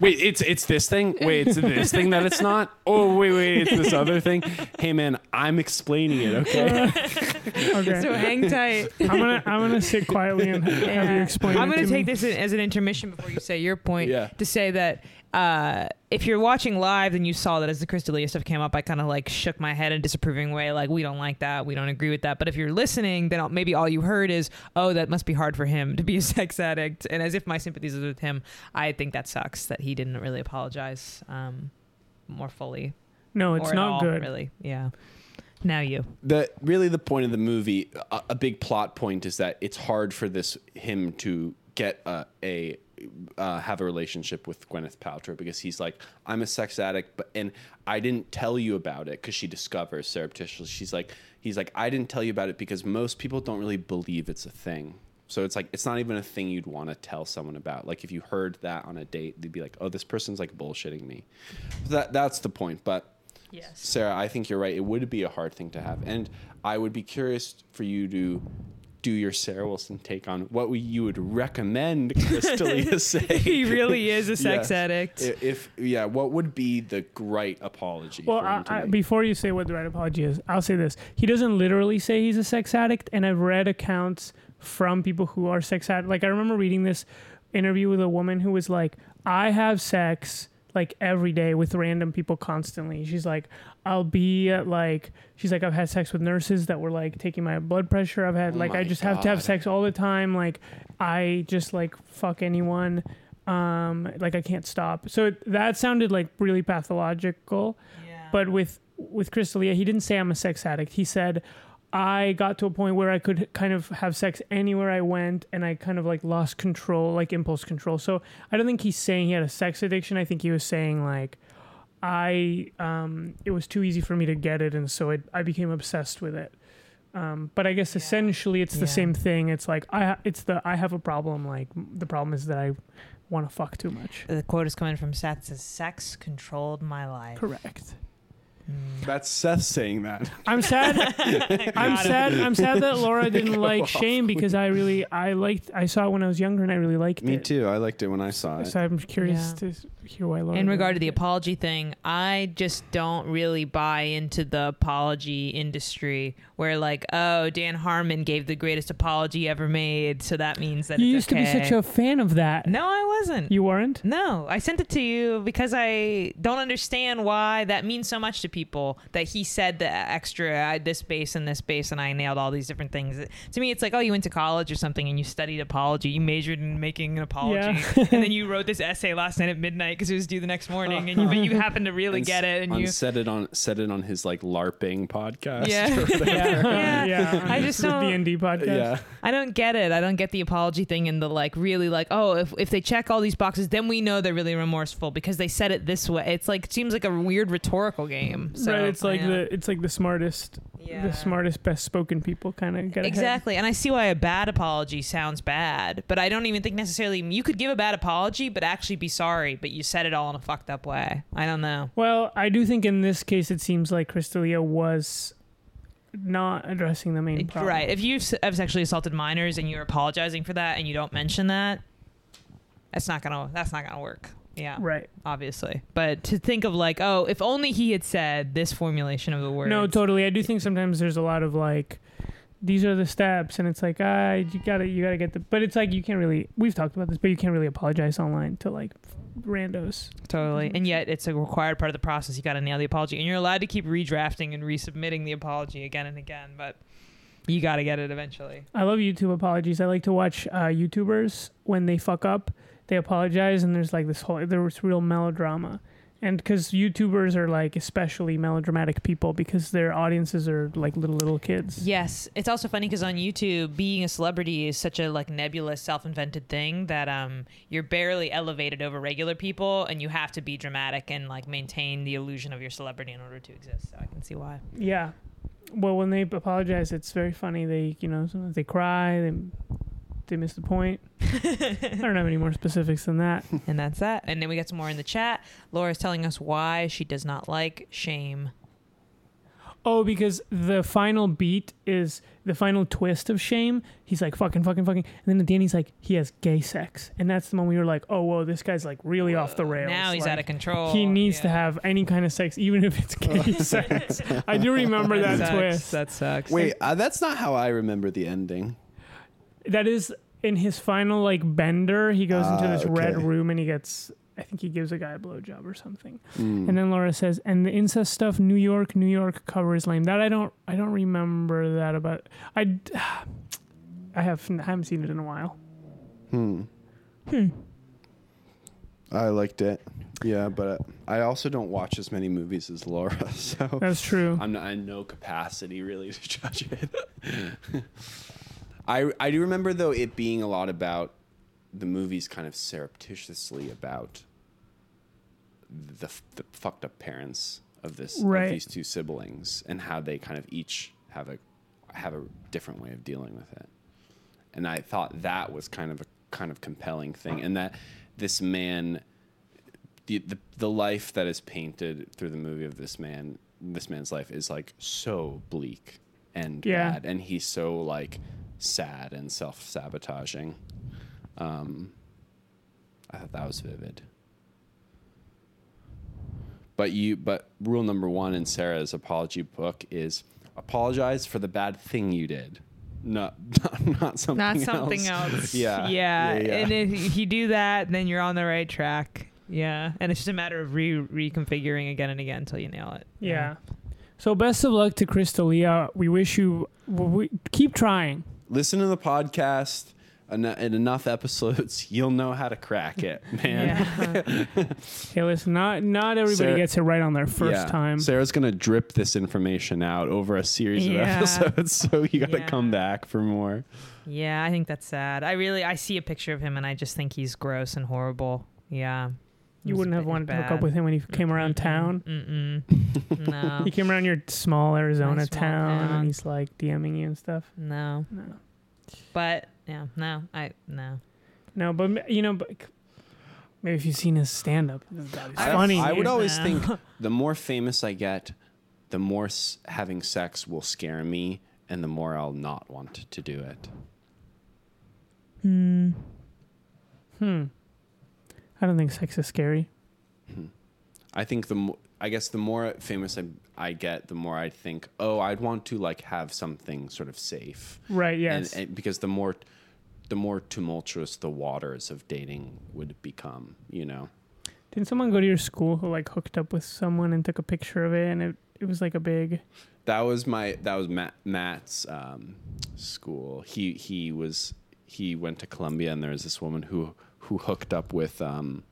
S1: Wait, it's it's this thing. Wait, it's this thing that it's not. Oh, wait, wait, it's this other thing. Hey, man, I'm explaining it. Okay.
S4: Okay,
S5: so hang tight.
S4: I'm gonna I'm gonna sit quietly and have you
S10: I'm
S4: explain. it
S5: I'm going
S4: to
S5: to take
S4: me.
S5: this as an intermission before you say your point
S1: Yeah.
S5: to say that uh, if you're watching live and you saw that as the Crystalia stuff came up, I kind of like shook my head in a disapproving way, like, we don't like that. We don't agree with that. But if you're listening, then maybe all you heard is, oh, that must be hard for him to be a sex addict. And as if my sympathies is with him, I think that sucks that he didn't really apologize um, more fully.
S4: No, it's
S5: or at
S4: not
S5: all,
S4: good.
S5: Really. Yeah. Now you.
S1: the really the point of the movie, a, a big plot point is that it's hard for this him to get a, a uh, have a relationship with Gwyneth Paltrow because he's like, I'm a sex addict, but and I didn't tell you about it because she discovers surreptitiously. She's like, he's like, I didn't tell you about it because most people don't really believe it's a thing. So it's like it's not even a thing you'd want to tell someone about. Like if you heard that on a date, they'd be like, "Oh, this person's like bullshitting me." That that's the point. But
S5: Yes.
S1: Sarah, I think you're right. It would be a hard thing to have, and I would be curious for you to do your Sarah Wilson take on what we, you would recommend Crystalia say.
S11: He really is a sex
S1: Yeah.
S11: addict.
S1: I- If yeah, what would be the great apology?
S4: Well,
S1: for him
S4: I,
S1: to
S4: I,
S1: make?
S4: before you say what the right apology is, I'll say this. He doesn't literally say he's a sex addict, and I've read accounts from people who are sex addicts. Like, I remember reading this interview with a woman who was like, I have sex like every day with random people constantly. She's like, I'll be at like, she's like, I've had sex with nurses that were like taking my blood pressure. I've had, like,
S1: my
S4: I just have to have
S1: God.
S4: sex all the time. Like, I just like fuck anyone um like i can't stop so it, that sounded like really pathological
S11: Yeah.
S4: but with with crystalia he didn't say i'm a sex addict he said i got to a point where i could kind of have sex anywhere i went and i kind of like lost control like impulse control so i don't think he's saying he had a sex addiction i think he was saying like i um it was too easy for me to get it and so it, i became obsessed with it um, but I guess essentially it's the
S11: Yeah.
S4: same thing. It's like I ha- it's the I have a problem. Like the problem is that I want to fuck too much.
S11: The quote is coming from Seth. It Says sex controlled my life.
S4: Correct.
S1: that's Seth saying that.
S4: I'm sad. I'm sad. I'm sad that Laura didn't like Shame because I really I liked I saw it when I was younger and I really liked
S1: Me
S4: it.
S1: too. I liked it when I saw it.
S4: So I'm curious
S5: Yeah.
S4: to s- hear why Laura.
S5: In
S4: didn't
S5: regard to the
S4: like it.
S5: apology thing, I just don't really buy into the apology industry where like, oh, Dan Harmon gave the greatest apology ever made, so that means that
S4: you
S5: it's
S4: used to be
S5: okay.
S4: such a fan of that.
S5: No, I wasn't.
S4: You weren't.
S5: No, I sent it to you because I don't understand why that means so much to people that he said the extra I had this base and this base and I nailed all these different things. To me, it's like, oh, you went to college or something and you studied apology. You majored in making an apology.
S4: Yeah.
S5: and then you wrote this essay last night at midnight because it was due the next morning. And you, but you happened to really
S1: And
S5: get it. And
S1: on-
S5: you.
S1: said it on said it on his like LARPing podcast.
S5: Yeah.
S4: Yeah. yeah.
S5: I just
S4: the
S5: don't-
S4: D and D podcast.
S1: yeah.
S5: I don't get it. I don't get the apology thing and the like really like, oh, if, if they check all these boxes, then we know they're really remorseful because they said it this way. It's like seems like a weird rhetorical game. So,
S4: right. It's like
S5: yeah.
S4: the it's like the smartest
S5: Yeah.
S4: the smartest best spoken people kind of get ahead.
S5: Exactly. And I see why a bad apology sounds bad, but I don't even think necessarily you could give a bad apology but actually be sorry, but you said it all in a fucked up way. I don't know.
S4: Well, I do think in this case it seems like Crystalia was not addressing the main problem.
S5: Right. If you s- have sexually assaulted minors and you're apologizing for that and you don't mention that, that's not going to that's not going to work. Yeah.
S4: Right.
S5: obviously. But to think of like, oh, if only he had said this formulation of the word.
S4: No, totally. I do think sometimes there's a lot of like these are the steps and it's like ah you gotta you gotta get the but it's like you can't really we've talked about this but you can't really apologize online to like randos
S5: totally. And yet, it's a required part of the process. You got to nail the apology, and you're allowed to keep redrafting and resubmitting the apology again and again. But you got to get it eventually.
S4: i love youtube apologies i like to watch uh youtubers when they fuck up they apologize and there's like this whole there's real melodrama and because youtubers are like especially melodramatic people because their audiences are like little little kids
S5: Yes, it's also funny because on YouTube, being a celebrity is such a like nebulous, self-invented thing that um you're barely elevated over regular people, and you have to be dramatic and like maintain the illusion of your celebrity in order to exist. So I can see why.
S4: Yeah. Well, when they apologize, it's very funny. They, you know, sometimes they cry. They, they miss the point. I don't have any more specifics than that.
S5: And that's that. And then we got some more in the chat. Laura's telling us why she does not like shame.
S4: Oh, because the final beat is the final twist of shame. He's like fucking, fucking, fucking, and then at the end he's like he has gay sex, and that's the moment we were like, oh, whoa, this guy's like really off the rails.
S5: Now he's
S4: Like,
S5: out of control.
S4: He needs to
S5: Yeah.
S4: have any kind of sex, even if it's gay sex. I do remember that
S5: sucks.
S4: twist.
S5: That sucks.
S1: Wait, uh, that's not how I remember the ending.
S4: That is in his final like bender. He goes into
S1: Ah,
S4: this red
S1: okay.
S4: room and he gets. I think he gives a guy a blowjob or something.
S1: Hmm.
S4: And then Laura says, "And the incest stuff, New York, New York cover is lame." That I don't. I don't remember that about. I. d- I have. I haven't seen it in a while.
S1: I liked it. Yeah, but I also don't watch as many movies as Laura, so
S4: That's true.
S1: I'm not in no capacity really to judge it. I I do remember though it being a lot about the movies kind of surreptitiously about the, f- the fucked up parents of this
S4: Right.
S1: of these two siblings and how they kind of each have a have a different way of dealing with it. and I thought that was kind of a kind of compelling thing, and that this man, the the, the life that is painted through the movie of this man, this man's life is like so bleak and
S4: Yeah.
S1: bad, and he's so like sad and self sabotaging. Um, I thought that was vivid. But you, but rule number one in Sarah's apology book is apologize for the bad thing you did, not not, not something
S5: Not something else.
S1: Yeah.
S5: yeah.
S1: Yeah, yeah.
S5: And if you do that, then you're on the right track. Yeah. And it's just a matter of re reconfiguring again and again until you nail it.
S4: Yeah. So best of luck to Crystalia. We wish you w- we, keep trying.
S1: Listen to the podcast. En- in enough episodes, you'll know how to crack it, man.
S5: Yeah.
S4: Hey, listen, not not everybody
S1: Sarah-
S4: gets it right on their first
S1: Yeah.
S4: time.
S1: Sarah's gonna drip this information out over a series
S5: Yeah.
S1: of episodes, so you gotta
S5: Yeah.
S1: come back for more.
S5: yeah. I think that's sad. I really, I see a picture of him and I just think he's gross and horrible. Yeah.
S4: you wouldn't have wanted to hook up with him when he came around town.
S5: Mm mm. No.
S4: He came around your small Arizona
S5: small
S4: town,
S5: town.
S4: and he's like DMing you and stuff.
S5: No.
S4: No,
S5: But, yeah. No. I, no.
S4: no, but m- you know, but c- maybe if you've seen his stand up, it's
S1: I-
S4: funny.
S1: I would
S4: dude.
S1: always
S5: now.
S1: think the more famous I get, the more s- having sex will scare me, and the more I'll not want to do it.
S5: Hmm.
S4: Hmm. I don't think sex is scary.
S1: I think the mo- I guess the more famous I, I get, the more I think, oh, I'd want to like have something sort of safe,
S4: Right? Yes.
S1: and, and because the more the more tumultuous the waters of dating would become, you know.
S4: Didn't someone go to your school who like hooked up with someone and took a picture of it, and it it was like a big.
S1: That was my that was Matt, Matt's um, school. He he was he went to Columbia, and there was this woman who who hooked up with um,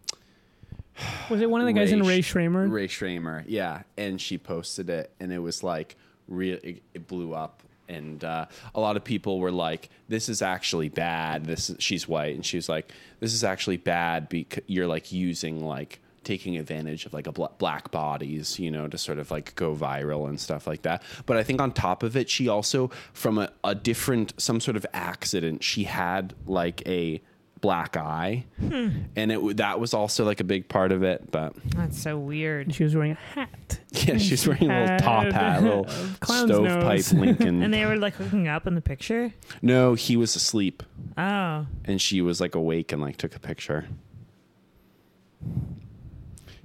S4: Was it one of the guys in
S1: Ray
S4: Ray
S1: Sh-
S4: Schramer?
S1: Ray Schramer. Yeah, and she posted it, and it was like real. It, it blew up, and uh, a lot of people were like, "This is actually bad." This is, she's white, and she was like, "This is actually bad because you're like using like." taking advantage of like a bla black bodies you know to sort of like go viral and stuff like that but i think on top of it she also from a, a different some sort of accident she had like a black eye and it w- that was also like a big part of it but
S5: That's so weird.
S4: And she was wearing a hat.
S1: yeah, she's wearing a little top
S4: had
S1: hat, a little
S4: clown's
S1: stovepipe
S4: nose.
S5: And
S1: Lincoln.
S5: they were like hooking up in the picture.
S1: No, he was asleep,
S5: Oh.
S1: and she was like awake and like took a picture.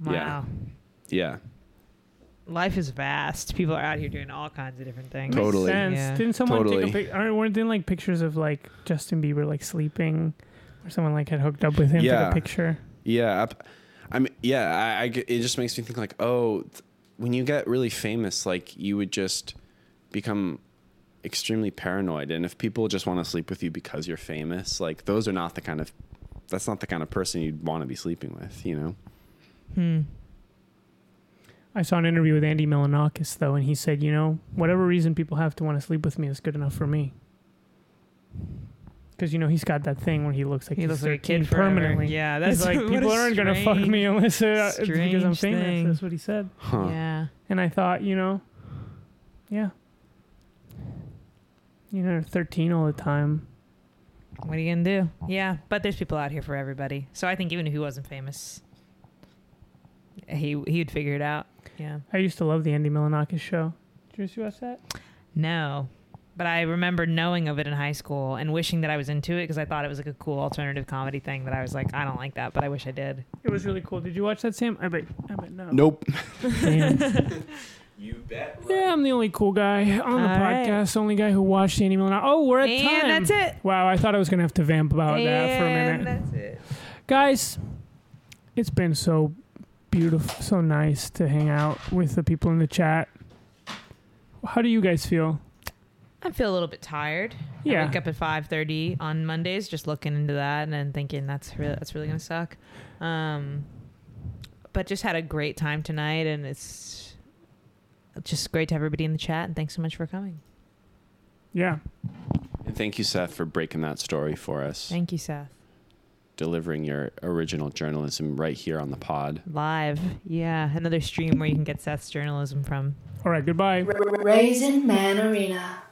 S5: Wow.
S1: Yeah. Yeah,
S5: Life is vast. People are out here doing all kinds of different things.
S1: Totally.
S4: Sense.
S5: Yeah.
S4: Didn't someone
S1: Totally.
S4: take a pic? Aren't weren't there like pictures of like Justin Bieber like sleeping, or someone like had hooked up with him
S1: Yeah.
S4: took a picture?
S1: yeah. I, I mean, yeah. I, I g- it just makes me think like, oh, th- when you get really famous, like you would just become extremely paranoid, and if people just want to sleep with you because you're famous, like those are not the kind of that's not the kind of person you'd want to be sleeping with, you know.
S5: Hmm.
S4: I saw an interview with Andy Milanakis though, and he said, you know, whatever reason people have to want to sleep with me is good enough for me. Because you know he's got that thing where he looks like
S5: He
S4: he's
S5: looks like a
S4: 13
S5: kid forever.
S4: permanently.
S5: Yeah, that's
S4: That's like
S5: what
S4: people
S5: a
S4: aren't gonna fuck
S5: strange-
S4: me unless uh, it's because I'm
S5: strange
S4: famous.
S5: thing.
S4: That's what he said.
S1: Huh.
S5: Yeah.
S4: And I thought, you know, yeah, you know, 13 all the time.
S5: What are you gonna do? Yeah, but there's people out here for everybody. So I think even if he wasn't famous, he he'd figure it out. Yeah.
S4: I used to love the Andy Milanakis show. Did you see us that?
S5: No. But I remember knowing of it in high school and wishing that I was into it because I thought it was like a cool alternative comedy thing that I was like, I don't like that, but I wish I did.
S4: It was really cool. Did you watch that, Sam? I bet. I bet no.
S1: Nope.
S4: you bet. Yeah, I'm the only cool guy on the
S5: All right.
S4: podcast. Only guy who watched Andy Milanakis. Oh, we're at
S5: and
S4: time.
S5: that's it.
S4: Wow, I thought I was gonna have to vamp about that for a
S5: And
S4: minute,
S5: That's it.
S4: guys. It's been so beautiful, so nice to hang out with the people in the chat. How do you guys feel?
S5: I feel a little bit tired. I
S4: Yeah.
S5: wake up at five thirty on Mondays, just looking into that and then thinking that's really that's really gonna suck. Um, but just had a great time tonight, and it's just great to have everybody in the chat. And thanks so much for coming.
S4: Yeah.
S1: And thank you, Seth, for breaking that story for us.
S5: Thank you, Seth.
S1: delivering your original journalism right here on the pod.
S5: Live, yeah, another stream where you can get Seth's journalism from.
S4: All right. Goodbye.
S6: Raisin Man Arena.